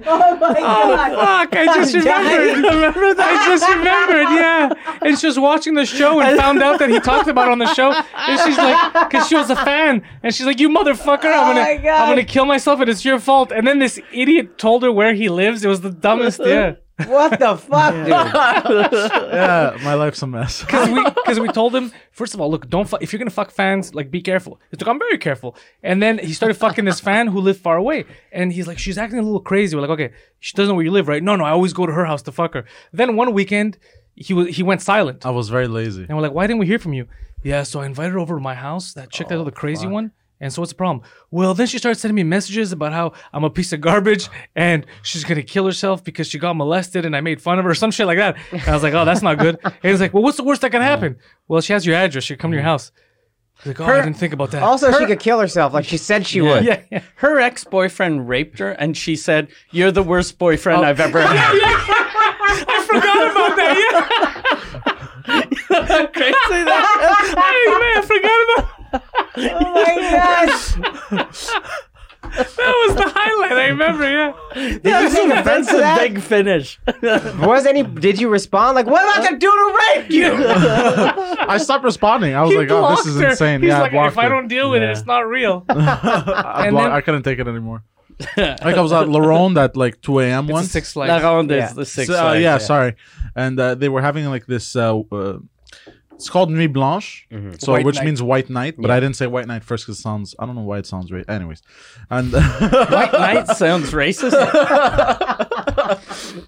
Speaker 4: Oh my god.
Speaker 3: Fuck, I just remembered. remember that? I just remembered, yeah. And she was watching the show and found out that he talked about it on the show. And she's like, because she was a fan. And she's like, you motherfucker, I'm
Speaker 4: my
Speaker 3: going to
Speaker 4: God.
Speaker 3: I'm gonna kill myself and it's your fault. And then this idiot told her where he lives. It was the dumbest, yeah.
Speaker 4: What the fuck, dude?
Speaker 1: yeah, my life's a mess.
Speaker 3: Because we, cause we told him, first of all, look, don't fu- if you're going to fuck fans, like, be careful. He's like, I'm very careful. And then he started fucking this fan who lived far away. And he's like, she's acting a little crazy. We're like, okay, she doesn't know where you live, right? No, no, I always go to her house to fuck her. Then one weekend, he, was he went silent.
Speaker 1: I was very lazy.
Speaker 3: And we're like, why didn't we hear from you? Oh, Yeah, so I invited her over to my house, that chick that was the crazy one. And so what's the problem? Well, then she started sending me messages about how I'm a piece of garbage and she's gonna kill herself because she got molested and I made fun of her or some shit like that. And I was like, oh, that's not good. And he's like, well, what's the worst that can happen? Well, she has your address. She come to your house. He's like, oh, I didn't think about that.
Speaker 4: Also, she could kill herself like she said she would.
Speaker 3: yeah, yeah.
Speaker 2: Her ex boyfriend raped her, and she said, You're the worst boyfriend I've ever had.
Speaker 3: I forgot about that. Yeah.
Speaker 2: Crazy that-
Speaker 3: Hey, man, I forgot about
Speaker 4: Oh my gosh.
Speaker 3: that was the highlight. I remember. Yeah.
Speaker 4: Did you take offense
Speaker 2: That's
Speaker 4: to
Speaker 2: a
Speaker 4: that?
Speaker 2: big finish.
Speaker 4: Was any? Did you respond? Like, what about the dude who raped you?
Speaker 1: I stopped responding. I was like, oh, this
Speaker 3: Blocked
Speaker 1: is
Speaker 3: her.
Speaker 1: insane.
Speaker 3: He's
Speaker 1: yeah,
Speaker 3: like,
Speaker 1: I blocked
Speaker 3: if I
Speaker 1: her.
Speaker 3: don't deal with it,
Speaker 2: Yeah.
Speaker 3: it's not real.
Speaker 1: I,
Speaker 3: and
Speaker 1: block-
Speaker 3: then-
Speaker 1: I couldn't take it anymore. like I was at Larone that like 2 a.m. once.
Speaker 3: Six Flags.
Speaker 2: La Ronde
Speaker 4: Yeah.
Speaker 2: is the sixth.
Speaker 1: So, uh, yeah, sorry. And uh, they were having like this. Uh, uh, it's called Nuit Blanche, so
Speaker 3: Mm-hmm. White
Speaker 1: which
Speaker 3: night.
Speaker 1: means white night. But I didn't say white night first because it sounds. I don't know why it sounds right. Anyways, and
Speaker 2: White Night sounds racist.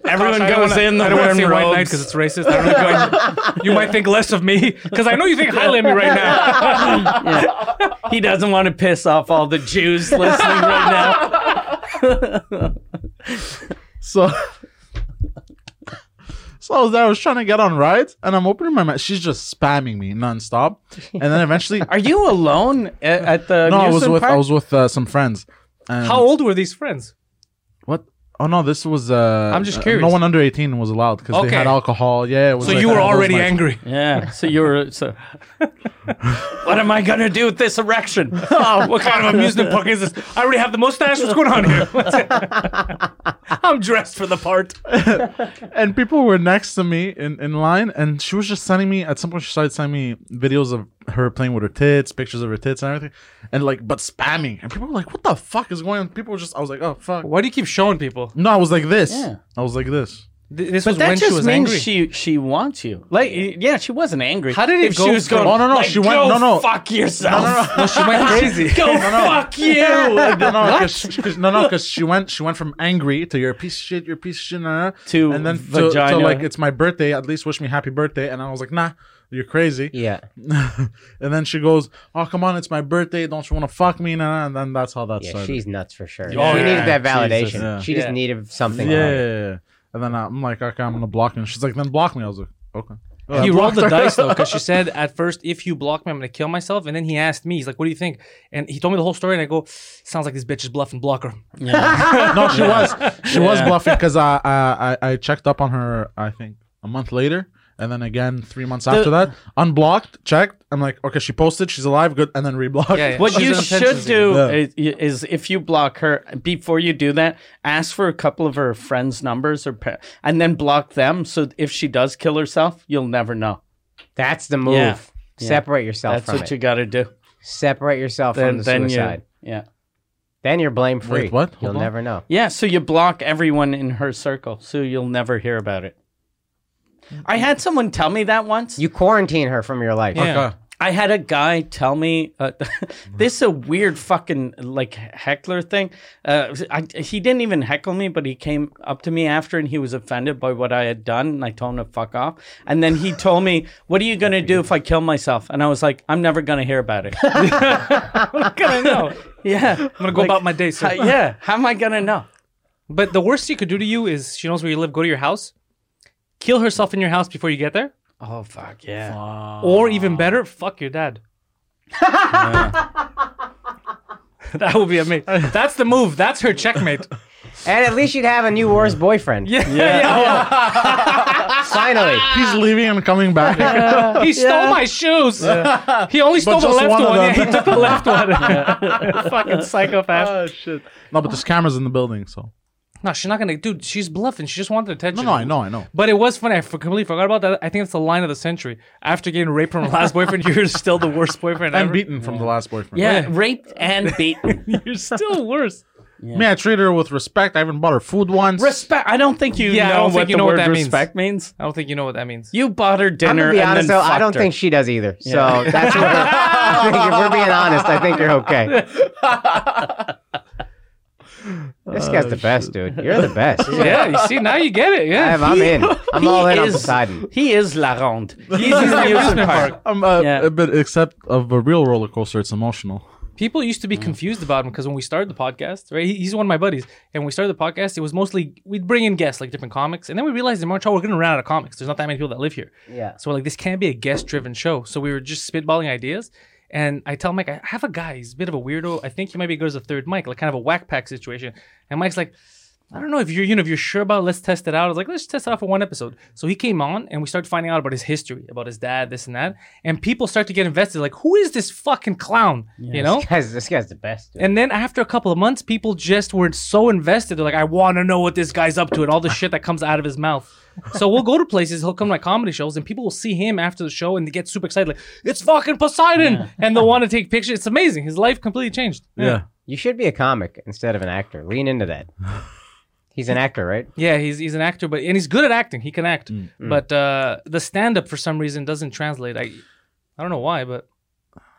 Speaker 2: Everyone
Speaker 3: I don't
Speaker 2: goes
Speaker 3: wanna-
Speaker 2: in the
Speaker 3: I don't wanna
Speaker 2: wearing
Speaker 3: say white knight
Speaker 2: robes.
Speaker 3: because it's racist. I don't know if you, you might think less of me because I know you think highly of me right now.
Speaker 2: he doesn't want to piss off all the Jews listening right now.
Speaker 1: so. So I was there, I was trying to get on rides, and I'm opening my mouth. She's just spamming me nonstop, and then eventually,
Speaker 2: Are you alone at, at the
Speaker 1: no, I was
Speaker 2: amusement
Speaker 1: with
Speaker 2: park?
Speaker 1: I was with uh, some friends. And
Speaker 3: How old were these friends?
Speaker 1: What? Oh no, this was. Uh,
Speaker 3: I'm just
Speaker 1: uh,
Speaker 3: curious.
Speaker 1: No one under 18 was allowed because
Speaker 3: Okay.
Speaker 1: they had alcohol. Yeah. It was
Speaker 3: So
Speaker 1: like
Speaker 3: you
Speaker 1: one
Speaker 3: were
Speaker 1: of those,
Speaker 3: already
Speaker 1: like-
Speaker 3: angry.
Speaker 2: Yeah. So you were so. what am I gonna do with this erection?
Speaker 3: What kind of amusement park is this? I already have the mustache. What's going on here? What's it- I'm dressed for the part.
Speaker 1: and people were next to me in, in line and she was just sending me at some point she started sending me videos of her playing with her tits pictures of her tits and everything and like but spamming and people were like what the fuck is going on people were just i was like oh fuck
Speaker 3: Why do you keep showing people?
Speaker 1: no i was like this
Speaker 2: Yeah.
Speaker 1: i was like this
Speaker 3: Th- This
Speaker 2: But
Speaker 3: was
Speaker 2: that
Speaker 3: when
Speaker 2: just
Speaker 3: she was
Speaker 2: means
Speaker 3: angry.
Speaker 2: she she wants you. Like yeah, she wasn't angry.
Speaker 3: How did it
Speaker 2: if
Speaker 3: go
Speaker 2: she was
Speaker 3: from-
Speaker 2: going?
Speaker 1: Oh, no, no,
Speaker 2: like,
Speaker 1: she went-
Speaker 2: Go
Speaker 1: no, no.
Speaker 2: Fuck yourself.
Speaker 3: Well, she went crazy.
Speaker 2: Go fuck
Speaker 1: no,
Speaker 2: you.
Speaker 1: no, cause, 'cause- no, no, because she went, she went from angry to you're a piece of shit, you're a piece of shit, nah, nah,
Speaker 2: To
Speaker 1: and then
Speaker 2: vagina.
Speaker 1: To, to like it's my birthday, at least wish me happy birthday, and I was like, nah, you're crazy.
Speaker 4: Yeah.
Speaker 1: and then she goes, oh come on, it's my birthday, don't you want to fuck me, nah, nah, and then that's how that
Speaker 4: Yeah,
Speaker 1: started.
Speaker 4: she's nuts for sure.
Speaker 2: Oh, Yeah.
Speaker 4: she needed that validation.
Speaker 1: Jesus, yeah.
Speaker 4: She just
Speaker 2: Yeah.
Speaker 4: needed something.
Speaker 1: yeah,
Speaker 4: Yeah.
Speaker 1: yeah, yeah. And then I'm like, okay, I'm gonna block him. She's like, then block me. I was like, okay. Uh,
Speaker 3: He
Speaker 1: block-
Speaker 3: rolled the dice though, because she said at first, if you block me, I'm gonna kill myself. And then he asked me, he's like, "What do you think?" And he told me the whole story, and I go, "Sounds like this bitch is bluffing, block her."
Speaker 1: no, she was, she was bluffing because I, I, I, I checked up on her. I think a month later, and then again three months after that, unblocked, checked. I'm like, okay, she posted, she's alive, good, and then reblocked.
Speaker 3: Yeah, yeah.
Speaker 2: What
Speaker 3: She's
Speaker 2: you
Speaker 3: an
Speaker 2: should
Speaker 3: intentions
Speaker 2: do
Speaker 1: Yeah.
Speaker 2: is, is if you block her before you do that, ask for a couple of her friends' numbers or pa- and then block them. So if she does kill herself, you'll never know.
Speaker 4: That's the move.
Speaker 2: Yeah. Yeah.
Speaker 4: Separate yourself
Speaker 2: That's
Speaker 4: from
Speaker 2: what
Speaker 4: it.
Speaker 2: you got to do.
Speaker 4: Separate yourself
Speaker 2: Then
Speaker 4: from the
Speaker 2: then
Speaker 4: suicide.
Speaker 2: you yeah
Speaker 4: Then you're blame free.
Speaker 1: Wait, what?
Speaker 4: You'll
Speaker 1: Hold on.
Speaker 4: never know.
Speaker 2: yeah. So you block everyone in her circle, so you'll never hear about it. I had someone tell me that once.
Speaker 4: You quarantine her from your life.
Speaker 3: Yeah.
Speaker 1: Okay.
Speaker 2: I had a guy tell me uh, this is a weird fucking like heckler thing. Uh, I, he didn't even heckle me, but he came up to me after and he was offended by what I had done, and I told him to fuck off. And then he told me, "What are you gonna do if I kill myself?" And I was like, "I'm never gonna hear about it."
Speaker 3: I know. I'm
Speaker 2: yeah, I'm
Speaker 3: gonna go about my day. sir.
Speaker 2: yeah, how am I gonna know?
Speaker 3: But the worst she could do to you is she knows where you live. Go to your house, kill herself in your house before you get there,
Speaker 2: Oh fuck yeah.
Speaker 3: Or even better, fuck your dad. that would be amazing. That's the move. That's her checkmate.
Speaker 4: And at least you'd have a new worst boyfriend.
Speaker 3: Yeah, yeah.
Speaker 4: Finally.
Speaker 1: He's leaving and coming back. Uh,
Speaker 3: He stole my shoes. He only stole the
Speaker 1: just
Speaker 3: left
Speaker 1: one
Speaker 3: one.
Speaker 1: of
Speaker 3: Yeah, he
Speaker 1: them. Uh,
Speaker 3: took the left one. Fucking psychopath.
Speaker 1: shit. No, but there's cameras in the building, so.
Speaker 3: no, she's not gonna. Dude, she's bluffing. She just wanted attention.
Speaker 1: No, no, I know, I know.
Speaker 3: But it was funny. I for- completely forgot about that. I think it's the line of the century. After getting raped from the last boyfriend, you're still the worst boyfriend
Speaker 1: And
Speaker 3: ever.
Speaker 1: beaten from the last boyfriend.
Speaker 2: Yeah, raped Uh, and beaten.
Speaker 3: you're still worse.
Speaker 1: Man, I treated her with respect. I even bought her food once.
Speaker 2: respect. I don't think you
Speaker 3: Yeah, I
Speaker 2: know
Speaker 3: don't
Speaker 2: what
Speaker 3: think you
Speaker 2: the
Speaker 3: know what
Speaker 2: word
Speaker 3: that means.
Speaker 2: respect means.
Speaker 3: I don't think you know what that means.
Speaker 2: You bought her
Speaker 4: I'm
Speaker 2: dinner.
Speaker 4: gonna be
Speaker 2: and
Speaker 4: honest
Speaker 2: then
Speaker 4: though, I
Speaker 2: fucked
Speaker 4: don't
Speaker 2: her.
Speaker 4: think she does either. So that's where I think if we're being honest, I think you're okay. This guy's the best, dude. You're the best.
Speaker 3: yeah, you see, now you get it.
Speaker 4: I
Speaker 3: Yeah.
Speaker 4: am, I'm in. I'm all in
Speaker 2: he
Speaker 4: on
Speaker 2: is,
Speaker 4: Poseidon.
Speaker 2: He is La Ronde. He's
Speaker 3: He's
Speaker 2: in
Speaker 3: an
Speaker 2: the amusement
Speaker 3: amusement
Speaker 2: park.
Speaker 1: Um, uh,
Speaker 2: Yeah.
Speaker 1: But except of a real roller coaster, it's emotional.
Speaker 3: People used to be confused about him because when we started the podcast, right? he- He's one of my buddies. And when we started the podcast, it was mostly we'd bring in guests, like different comics. And then we realized in March, oh, we're going to run out of comics. There's not that many people that live here.
Speaker 4: Yeah.
Speaker 3: So we're like, this can't be a guest driven show. So we were just spitballing ideas. And I tell Mike, I have a guy. He's a bit of a weirdo. I think he might be good as a third mic, like kind of a whack pack situation. And Mike's like, I don't know if you're, you know, if you're sure about, it, let's test it out. I was like, let's test it out for one episode. So he came on, and we started finding out about his history, about his dad, this and that. And people start to get invested, like, who is this fucking clown? You know.
Speaker 4: This guy's, this guy's the best. Dude.
Speaker 3: And then after a couple of months, people just were so invested. They're like, I want to know what this guy's up to and all the shit that comes out of his mouth. So we'll go to places, he'll come to my comedy shows, and people will see him after the show and they get super excited, like, it's fucking Poseidon. And they'll want to take pictures. It's amazing. His life completely changed.
Speaker 1: Yeah.
Speaker 4: You should be a comic instead of an actor. Lean into that. He's an actor, right?
Speaker 3: Yeah, he's he's an actor, but and he's good at acting. He can act.
Speaker 1: Mm.
Speaker 3: But uh, the stand up for some reason doesn't translate. I I don't know why, but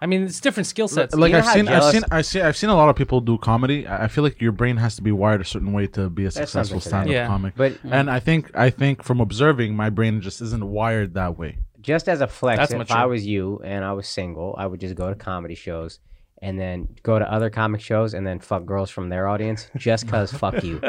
Speaker 3: I mean it's different skill sets.
Speaker 1: Like
Speaker 4: know
Speaker 1: I've
Speaker 4: how
Speaker 1: seen, I've
Speaker 4: jealous-
Speaker 1: seen, I've seen, I've seen a lot of people do comedy. I I feel like your brain has to be wired a certain way to be a successful
Speaker 4: something to that.
Speaker 1: stand-up
Speaker 3: Yeah.
Speaker 1: comic.
Speaker 4: But-
Speaker 1: and I think, I think from observing, my brain just isn't wired that way.
Speaker 4: Just as a flex,
Speaker 3: That's
Speaker 4: if
Speaker 3: mature.
Speaker 4: I was you and I was single, I would just go to comedy shows and then go to other comic shows and then fuck girls from their audience just cause fuck you.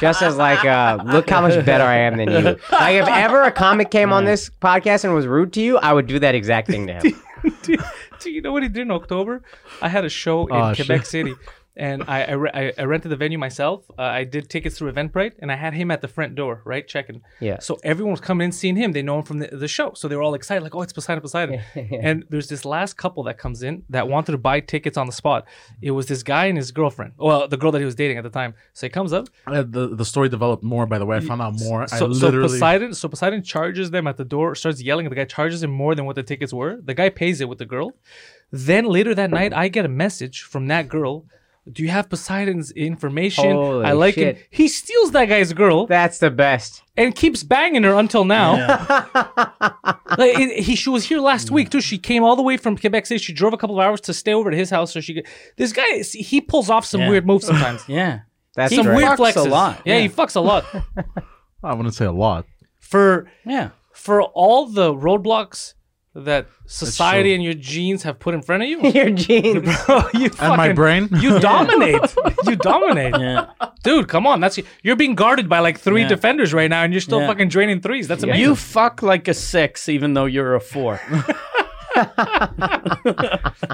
Speaker 4: just as like, uh, look how much better I am than you. Like if ever a comic came on this podcast and was rude to you, I would do that exact thing to him.
Speaker 3: do, do you know what he did in October? I had a show in
Speaker 1: Oh, shit.
Speaker 3: Quebec City, and I I, re- I I rented the venue myself. Uh, I did tickets through Eventbrite, and I had him at the front door, right, checking.
Speaker 4: Yeah.
Speaker 3: So everyone was coming in, seeing him. They know him from the, the show, so they were all excited, like, "Oh, it's Poseidon, Poseidon!" And there's this last couple that comes in that wanted to buy tickets on the spot. It was this guy and his girlfriend. Well, the girl that he was dating at the time. So he comes up,
Speaker 1: Uh, the the story developed more. By the way, I found out more. I
Speaker 3: so, so
Speaker 1: literally.
Speaker 3: Poseidon, so Poseidon charges them at the door, starts yelling. at The guy charges him more than what the tickets were. The guy pays it with the girl. Then later that night, I get a message from that girl. Do you have Poseidon's information?
Speaker 4: Holy
Speaker 3: I like him.
Speaker 4: shit.
Speaker 3: He steals that guy's girl
Speaker 4: That's the best.
Speaker 3: and keeps banging her until now. like it, he, she was here last week too. She came all the way from Quebec City. She drove a couple of hours to stay over at his house so she could. This guy, is- he pulls off some
Speaker 2: Yeah.
Speaker 3: weird moves sometimes.
Speaker 2: Yeah.
Speaker 4: That's
Speaker 3: some
Speaker 4: right.
Speaker 3: weird
Speaker 2: fucks a
Speaker 3: flexes.
Speaker 2: lot,
Speaker 3: Yeah,
Speaker 2: yeah.
Speaker 3: he fucks a lot.
Speaker 1: I wouldn't say a lot.
Speaker 3: For
Speaker 2: Yeah.
Speaker 3: for all the roadblocks that society
Speaker 1: true.
Speaker 3: and your genes have put in front of you,
Speaker 4: Your jeans.
Speaker 3: bro, you fucking,
Speaker 1: And my brain.
Speaker 3: you dominate. you dominate,
Speaker 2: Yeah.
Speaker 3: dude. Come on, that's you're being guarded by like three
Speaker 2: Yeah.
Speaker 3: defenders right now, and you're still
Speaker 2: Yeah.
Speaker 3: fucking draining threes. That's amazing.
Speaker 2: You fuck like a six, even though you're a four.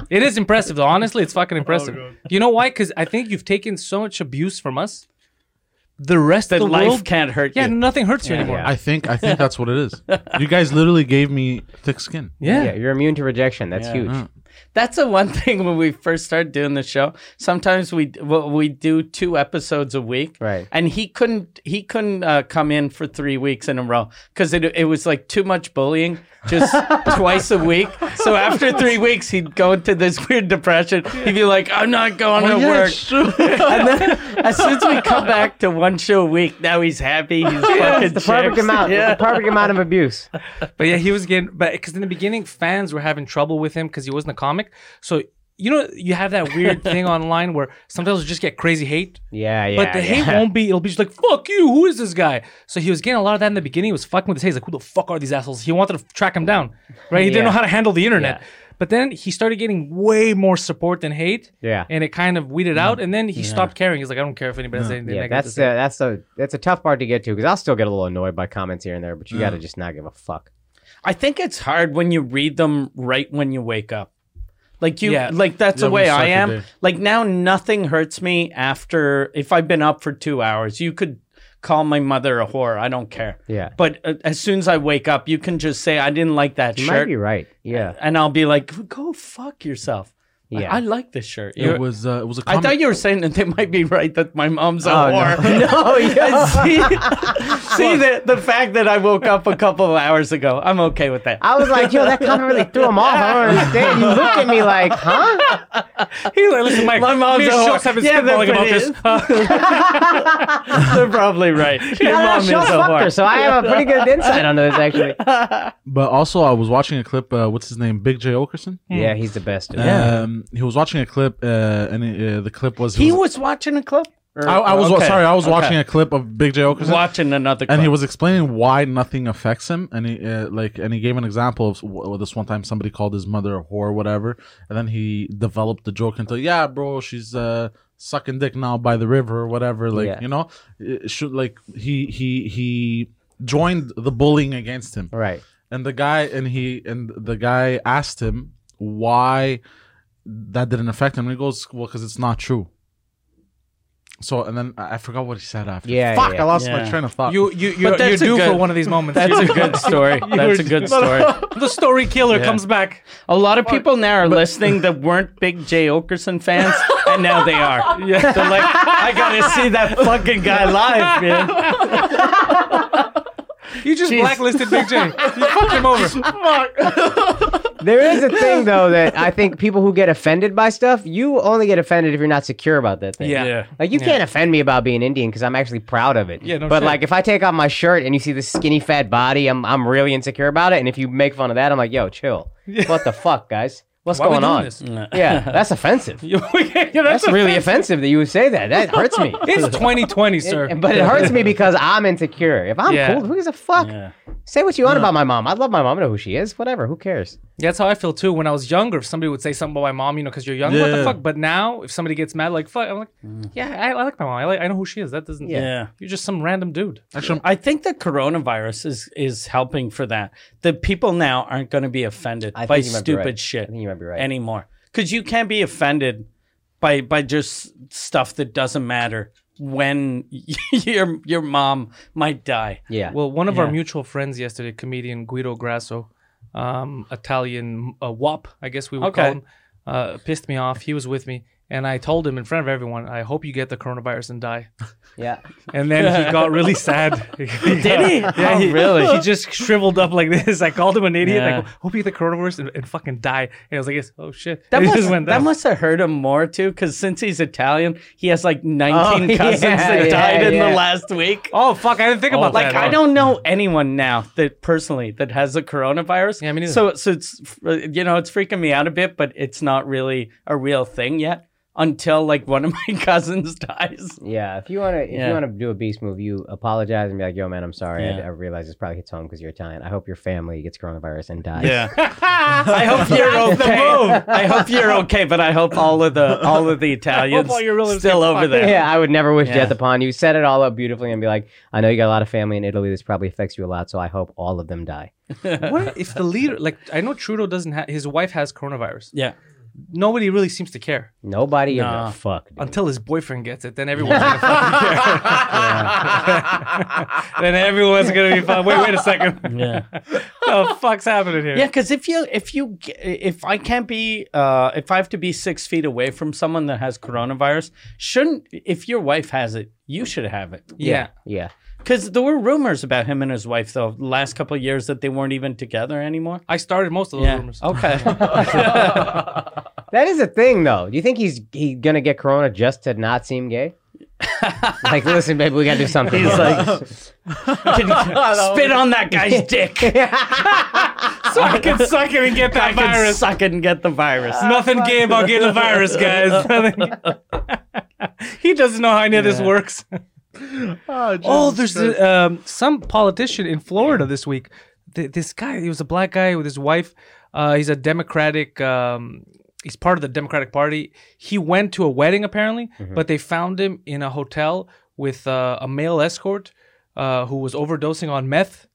Speaker 3: It is impressive, though. Honestly, it's
Speaker 1: Oh,
Speaker 3: fucking impressive. you know why? Because I think you've taken so much abuse from us. The rest
Speaker 2: That
Speaker 3: of the
Speaker 2: life
Speaker 3: world,
Speaker 2: can't hurt
Speaker 3: yeah,
Speaker 2: you.
Speaker 3: nothing hurts you anymore.
Speaker 4: yeah.
Speaker 1: I think, I think that's what it is. You guys literally gave me thick skin.
Speaker 3: Yeah.
Speaker 4: Yeah, you're immune to rejection. That's huge.
Speaker 2: That's the one thing when we first started doing the show. Sometimes we well, we do two episodes a week,
Speaker 4: Right.
Speaker 2: And he couldn't he couldn't uh, come in for three weeks in a row because it it was like too much bullying just twice a week. So after three weeks, he'd go into this weird depression. He'd be like, "I'm not
Speaker 4: Oh,
Speaker 2: going to work." And then as soon as we come back to one show a week, now he's happy. He's fucking
Speaker 4: The perfect
Speaker 2: chicks.
Speaker 4: amount. The perfect amount of abuse.
Speaker 3: But yeah, he was getting, but because in the beginning, fans were having trouble with him because he wasn't a comic. So you know, you have that weird thing online where sometimes you just get crazy hate.
Speaker 4: Yeah, yeah.
Speaker 3: But the
Speaker 4: yeah.
Speaker 3: hate won't be. It'll be just like "fuck you." Who is this guy? So he was getting a lot of that in the beginning. He was fucking with his hate. He's like, "Who the fuck are these assholes?" He wanted to track him down, right? He didn't know
Speaker 4: Yeah.
Speaker 3: how to handle the internet.
Speaker 4: Yeah.
Speaker 3: But then he started getting way more support than hate.
Speaker 4: Yeah.
Speaker 3: and it kind of weeded out. And then he stopped caring. He's like, "I don't care if anybody has anything
Speaker 4: Yeah,
Speaker 3: negative."
Speaker 4: that's
Speaker 3: to say.
Speaker 4: a, that's a that's a tough part to get to because I'll still get a little annoyed by comments here and there, but you got to just not give a fuck.
Speaker 2: I think it's hard when you read them right when you wake up. Like you,
Speaker 3: Yeah.
Speaker 2: like that's
Speaker 1: Yeah,
Speaker 2: the
Speaker 1: we
Speaker 2: way
Speaker 1: suck
Speaker 2: I
Speaker 1: at
Speaker 2: am.
Speaker 1: it.
Speaker 2: Like now, nothing hurts me after if I've been up for two hours. You could call my mother a whore. I don't care.
Speaker 4: Yeah.
Speaker 2: But uh, as soon as I wake up, you can just say I didn't like that
Speaker 4: You might
Speaker 2: shirt,
Speaker 4: be right. Yeah.
Speaker 2: and I'll be like, "Go fuck yourself." Like,
Speaker 4: Yeah.
Speaker 2: I like this shirt.
Speaker 1: It
Speaker 2: You're-
Speaker 1: was uh, it was a
Speaker 2: I
Speaker 1: comic.
Speaker 2: thought you were saying that they might be right that my mom's a
Speaker 4: Oh, no.
Speaker 2: whore.
Speaker 4: No, yeah.
Speaker 2: see, see the, the fact that I woke up a couple of hours ago, I'm okay with that.
Speaker 4: I was like, yo, that comment really threw him off. I don't understand. You looked at me like, huh?
Speaker 3: He's like, listen, Mike.
Speaker 2: My mom's
Speaker 3: me
Speaker 2: a
Speaker 3: and
Speaker 2: whore.
Speaker 3: Schultz have been
Speaker 2: Yeah,
Speaker 3: spitballing about
Speaker 2: that's
Speaker 3: this. Uh,
Speaker 2: They're probably right. Your
Speaker 4: Yeah,
Speaker 2: mom
Speaker 4: no,
Speaker 2: is a
Speaker 4: Schultz fucked her,
Speaker 2: whore.
Speaker 4: so I have a pretty good insight on this, actually.
Speaker 1: But also, I was watching a clip. Uh, what's his name? Big J Okerson.
Speaker 4: Yeah, he's the best. dude.
Speaker 1: Um, he was watching a clip, uh, and uh, the clip was
Speaker 2: He
Speaker 1: was-
Speaker 2: was watching a clip. Or-
Speaker 1: I, I was
Speaker 2: okay,
Speaker 1: sorry. I was
Speaker 2: okay.
Speaker 1: watching a clip of Big J Okerson.
Speaker 2: watching another clip.
Speaker 1: and he was explaining why nothing affects him and he uh, like and he gave an example of well, this one time somebody called his mother a whore whatever and then he developed the joke into yeah bro she's uh sucking dick now by the river or whatever like
Speaker 4: Yeah.
Speaker 1: you know it should like he he he joined the bullying against him
Speaker 4: Right.
Speaker 1: and the guy and he and the guy asked him why that didn't affect him and he goes well because it's not true so and then i I forgot what he said after
Speaker 4: Yeah,
Speaker 1: fuck
Speaker 4: yeah.
Speaker 1: i lost my
Speaker 2: Yeah.
Speaker 1: train of thought
Speaker 3: you, you, you're, you're
Speaker 2: that's a
Speaker 3: due for
Speaker 2: good-
Speaker 3: one of these moments.
Speaker 2: That's a
Speaker 3: You're-
Speaker 2: good story. That's a good story.
Speaker 3: the story killer
Speaker 2: Yeah.
Speaker 3: comes back.
Speaker 2: uh, A lot of people now are listening that weren't big Jay Okerson fans, and now they are. Yeah. They're like, I gotta see that fucking guy live, man.
Speaker 3: You just blacklisted Big J. You fucked him over.
Speaker 4: There is a thing though that I think people who get offended by stuff, you only get offended if you're not secure about that thing.
Speaker 3: Yeah. Yeah.
Speaker 4: Like you can't offend me about being Indian because I'm actually proud of it.
Speaker 3: Yeah, no
Speaker 4: but
Speaker 3: shit.
Speaker 4: like if I take off my shirt and you see this skinny fat body, I'm I'm really insecure about it. And if you make fun of that, I'm like, yo, chill. What the fuck, guys? What's
Speaker 3: Why are we
Speaker 4: going
Speaker 3: doing
Speaker 4: on? Mm.
Speaker 3: this?
Speaker 4: Yeah, that's offensive.
Speaker 3: yeah,
Speaker 4: That's, really offensive that you would say that. That hurts me.
Speaker 3: It's 2020, sir.
Speaker 4: It- but it hurts me because I'm insecure. If I'm
Speaker 3: Yeah.
Speaker 4: cool, who gives a fuck? Say what you want about my mom. I love my mom. I know who she is. Whatever. Who cares?
Speaker 3: Yeah, That's how I feel too. When I was younger, if somebody would say something about my mom, you know, because you're young, what the
Speaker 1: Yeah.
Speaker 3: fuck? But now, if somebody gets mad, like fuck, I'm like, yeah, I, I like my mom. I, like, I know who she is. That doesn't.
Speaker 4: Yeah.
Speaker 2: Yeah.
Speaker 3: You're just some random dude.
Speaker 1: actually
Speaker 2: I think the coronavirus is is helping for that. The people now aren't going to be offended
Speaker 4: I
Speaker 2: by
Speaker 4: think you might be
Speaker 2: stupid
Speaker 4: right.
Speaker 2: shit
Speaker 4: I think you might be right.
Speaker 2: anymore because you can't be offended by by just stuff that doesn't matter when your your mom might die.
Speaker 4: Yeah.
Speaker 3: Well, one of our
Speaker 2: Yeah.
Speaker 3: mutual friends yesterday, comedian Guido Grasso, um, Italian uh, WAP, I guess we would call
Speaker 2: Okay.
Speaker 3: him, uh, pissed me off. He was with me, and I told him in front of everyone, "I hope you get the coronavirus and die."
Speaker 4: yeah.
Speaker 3: And then he got really sad. Did he? Yeah, he, Oh, really? He just shriveled up like this. I called him an idiot.
Speaker 2: Yeah.
Speaker 3: I go, hope you get the coronavirus and, and fucking die. And I was like, yes, oh shit.
Speaker 2: That
Speaker 3: And he
Speaker 2: must,
Speaker 3: just went
Speaker 2: that
Speaker 3: down.
Speaker 2: must have hurt him more too, because since he's Italian, he has like 19
Speaker 4: Oh,
Speaker 2: cousins
Speaker 4: yeah,
Speaker 2: that
Speaker 4: yeah,
Speaker 2: died in
Speaker 4: yeah.
Speaker 2: the last week.
Speaker 3: oh fuck, I didn't think about
Speaker 2: like
Speaker 3: that. Oh.
Speaker 2: I don't know anyone now that personally that has a coronavirus.
Speaker 3: Yeah, me neither.
Speaker 2: So so it's you know it's freaking me out a bit, but it's not really a real thing yet until like one of my cousins dies.
Speaker 4: Yeah, if you wanna if you
Speaker 2: Yeah.
Speaker 4: wanna do a beast move, you apologize and be like, "Yo, man, I'm sorry. I,
Speaker 2: Yeah.
Speaker 4: I realize this probably hits home because you're Italian. I hope your family gets coronavirus and dies."
Speaker 2: I hope you're okay. I hope you're okay, but I hope all of the all of the Italians
Speaker 3: all your relatives
Speaker 2: still
Speaker 3: get
Speaker 2: over
Speaker 3: fucked.
Speaker 2: there.
Speaker 4: Yeah, I would never wish
Speaker 2: Yeah.
Speaker 4: death upon you. Set it all up beautifully and be like, "I know you got a lot of family in Italy. This probably affects you a lot. So I hope all of them die."
Speaker 3: What if the leader? Like I know Trudeau doesn't have his wife has coronavirus.
Speaker 2: Yeah.
Speaker 3: Nobody really seems to care
Speaker 4: Nobody gives
Speaker 2: Nah.
Speaker 4: a fuck. dude.
Speaker 3: until his boyfriend gets it. Then everyone's gonna fucking care. then everyone's gonna be fine. Wait, wait a second.
Speaker 2: Yeah.
Speaker 3: the fuck's happening here?
Speaker 2: Yeah, because if you if you g- if I can't be uh, if I have to be six feet away from someone that has coronavirus, shouldn't if your wife has it, you should have it.
Speaker 3: yeah.
Speaker 4: Yeah,
Speaker 2: Because there were rumors about him and his wife though the last couple of years that they weren't even together anymore.
Speaker 3: I started most of those rumors.
Speaker 2: Okay.
Speaker 4: that is a thing, though. Do you think he's he gonna get corona just to not seem gay? like, listen, baby, we gotta do something.
Speaker 2: He's like, spit on that guy's dick.
Speaker 3: so I can suck it and get
Speaker 2: I
Speaker 3: that
Speaker 2: can
Speaker 3: virus. Uh,
Speaker 2: suck it and get the virus.
Speaker 3: Nothing gay about getting a virus, guys. Nothing- he doesn't know how any of this works. Oh, there's a, um, some politician in Florida this week. Th- this guy, he was a black guy with his wife. Uh, he's a Democratic. Um, he's part of the Democratic Party. He went to a wedding apparently, but they found him in a hotel with uh, a male escort uh, who was overdosing on meth.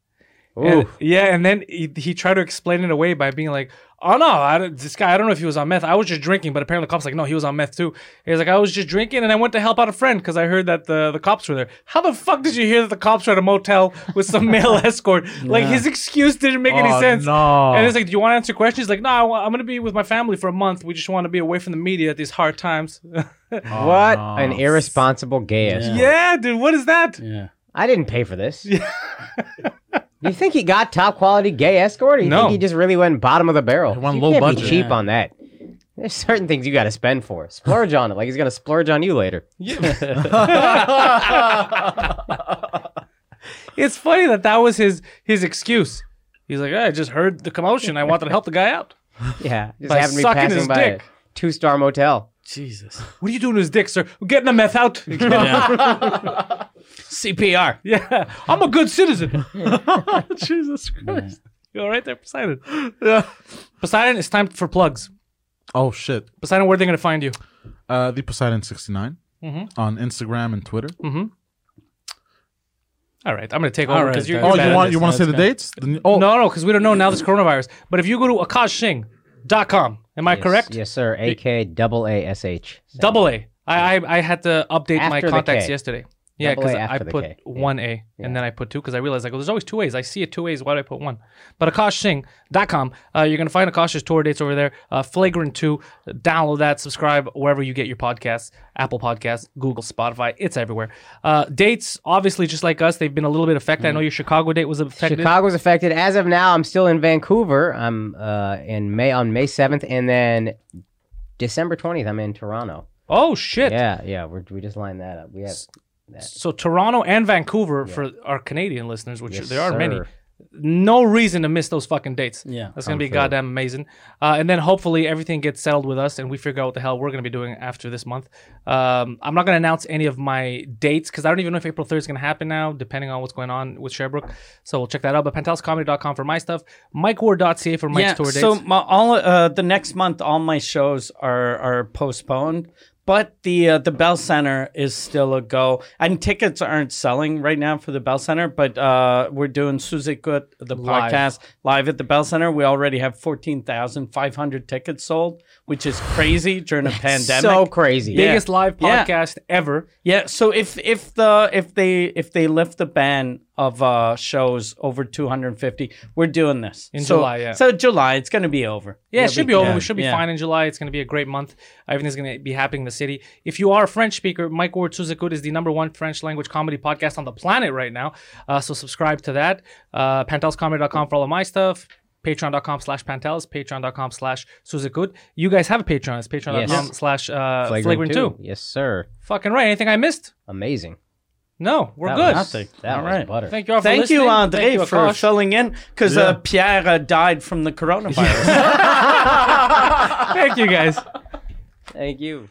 Speaker 3: And- yeah, and then he, he tried to explain it away by being like, "Oh no, I, don't- this guy. I don't know if he was on meth. I was just drinking." But apparently, the cops like, "No, he was on meth too." He's like, "I was just drinking, and I went to help out a friend because I heard that the the cops were there." How the fuck did you hear that the cops were at a motel with some male escort? Like his excuse didn't make any
Speaker 1: Oh,
Speaker 3: sense.
Speaker 1: no.
Speaker 3: And it's like, "Do you want to answer questions?" He's like, "No, I wa- I'm gonna be with my family for a month. We just want to be away from the media at these hard times."
Speaker 1: Oh.
Speaker 2: Oh,
Speaker 4: What
Speaker 1: no.
Speaker 4: an irresponsible gayist.
Speaker 2: Yeah.
Speaker 3: yeah, dude, what is that?
Speaker 2: Yeah.
Speaker 4: I didn't pay for this. you think he got top quality gay escort? Or you
Speaker 3: No.
Speaker 4: think he just really went bottom of the barrel?
Speaker 1: He went
Speaker 4: you
Speaker 1: low
Speaker 4: can't
Speaker 1: budget.
Speaker 4: Be cheap
Speaker 2: Yeah.
Speaker 4: on that. There's certain things you got to spend for. Splurge on it, like he's gonna splurge on you later.
Speaker 3: It's funny that that was his his excuse. He's like, "I just heard the commotion. I wanted to help the guy out."
Speaker 4: Yeah, just
Speaker 3: By
Speaker 4: happened to be
Speaker 3: sucking
Speaker 4: passing
Speaker 3: his
Speaker 4: by
Speaker 3: dick.
Speaker 4: a two star motel.
Speaker 2: Jesus.
Speaker 3: What are you doing to his dick, sir? We're getting the meth out.
Speaker 2: CPR.
Speaker 3: yeah, I'm a good citizen.
Speaker 1: Jesus Christ.
Speaker 3: You all right there, Poseidon? Poseidon, it's time for plugs.
Speaker 1: Oh shit.
Speaker 3: Poseidon, where are they going to find you?
Speaker 1: Uh, the Poseidon sixty
Speaker 3: Mm-hmm.
Speaker 1: on Instagram and Twitter.
Speaker 3: All right, I'm going to take
Speaker 2: All
Speaker 3: over
Speaker 2: right,
Speaker 3: because you're.
Speaker 2: that's-
Speaker 1: Oh,
Speaker 3: you're
Speaker 2: bad
Speaker 1: you
Speaker 3: bad
Speaker 2: at
Speaker 1: want
Speaker 3: at
Speaker 1: you
Speaker 2: this.
Speaker 1: want to say
Speaker 2: That's
Speaker 1: the
Speaker 2: good.
Speaker 1: dates? The n- oh,
Speaker 3: this. No, no, because we don't know now this coronavirus. But if you go to akashsing.com, am I
Speaker 4: Yes,
Speaker 3: correct?
Speaker 4: Yes, sir. A K double A S H.
Speaker 3: Double A. I, I I had to update my
Speaker 4: After the
Speaker 3: contacts
Speaker 4: K.
Speaker 3: yesterday. Yeah,
Speaker 4: Double A
Speaker 3: because I
Speaker 4: after the
Speaker 3: put
Speaker 4: K. Yeah.
Speaker 3: one A and then I put two because I realized like, well, there's always two A's. I see it two A's. Why do I put one? But akashsing.com, uh, you're gonna find Akash's tour dates over there. Uh, Flagrant two, download that, subscribe wherever you get your podcasts, Apple Podcasts, Google, Spotify, it's everywhere. Uh, dates, obviously, just like us, they've been a little bit affected.
Speaker 4: Hmm.
Speaker 3: I know your Chicago date was affected.
Speaker 4: Chicago's affected. As of now, I'm still in Vancouver. I'm uh, in May on May 7th, and then December 20th, I'm in Toronto.
Speaker 3: Oh shit!
Speaker 4: Yeah, yeah. We're, we just lined that up. We have
Speaker 3: So Toronto and Vancouver for our Canadian listeners, which
Speaker 4: Yes,
Speaker 3: there are many.
Speaker 4: sir.
Speaker 3: no reason to miss those fucking dates.
Speaker 2: Yeah.
Speaker 3: that's gonna be goddamn amazing. Uh, and then hopefully everything gets settled with us, and we figure out what the hell we're gonna be doing after this month. Um, I'm not gonna announce any of my dates because I don't even know if April 3rd is gonna happen now, depending on what's going on with Sherbrooke. So we'll check that out. But pentalscomedy.com for my stuff, MikeWard.ca for Mike's
Speaker 2: yeah.
Speaker 3: tour dates.
Speaker 2: So my, all uh, the next month, all my shows are are postponed. But the uh, the Bell Center is still a go, and tickets aren't selling right now for the Bell Center. But uh, we're doing Suzikut the
Speaker 3: Live.
Speaker 2: podcast live at the Bell Center. We already have fourteen thousand five hundred tickets sold, which is crazy during a pandemic.
Speaker 4: so crazy.
Speaker 2: Yeah.
Speaker 3: Biggest live
Speaker 2: Yeah.
Speaker 3: podcast ever.
Speaker 2: Yeah, so if if the if they if they lift the ban of uh shows over 250, we're doing this.
Speaker 3: In
Speaker 2: so,
Speaker 3: July, yeah.
Speaker 2: So July, it's going to be over.
Speaker 3: Yeah, it should be over.
Speaker 2: yeah,
Speaker 3: we should be
Speaker 2: yeah.
Speaker 3: fine in July. It's going to be a great month. Everything's going to be happening in the city. If you are a French speaker, Mike Ward Suzakut is the number one French language comedy podcast on the planet right now. Uh, so subscribe to that. Uh, PantelsComedy.com for all of my stuff. Patreon.com slash Pantels. Patreon.com slash Suzakut. You guys have a Patreon. It's patreon.com
Speaker 4: Yes.
Speaker 3: slash uh,
Speaker 4: Flagrant,
Speaker 3: Flagrant 2.
Speaker 4: two. Yes, sir.
Speaker 3: Fucking right. Anything I missed?
Speaker 4: Amazing.
Speaker 3: No, we're
Speaker 4: That
Speaker 3: good.
Speaker 4: Was, that
Speaker 2: All
Speaker 4: was
Speaker 2: right.
Speaker 4: butter.
Speaker 3: Thank you all for
Speaker 2: Thank
Speaker 3: listening.
Speaker 2: you, Andre,
Speaker 3: Thank you,
Speaker 2: for
Speaker 3: Akash.
Speaker 2: filling in because uh, Pierre uh, died from the coronavirus.
Speaker 3: Thank you, guys.
Speaker 4: Thank you.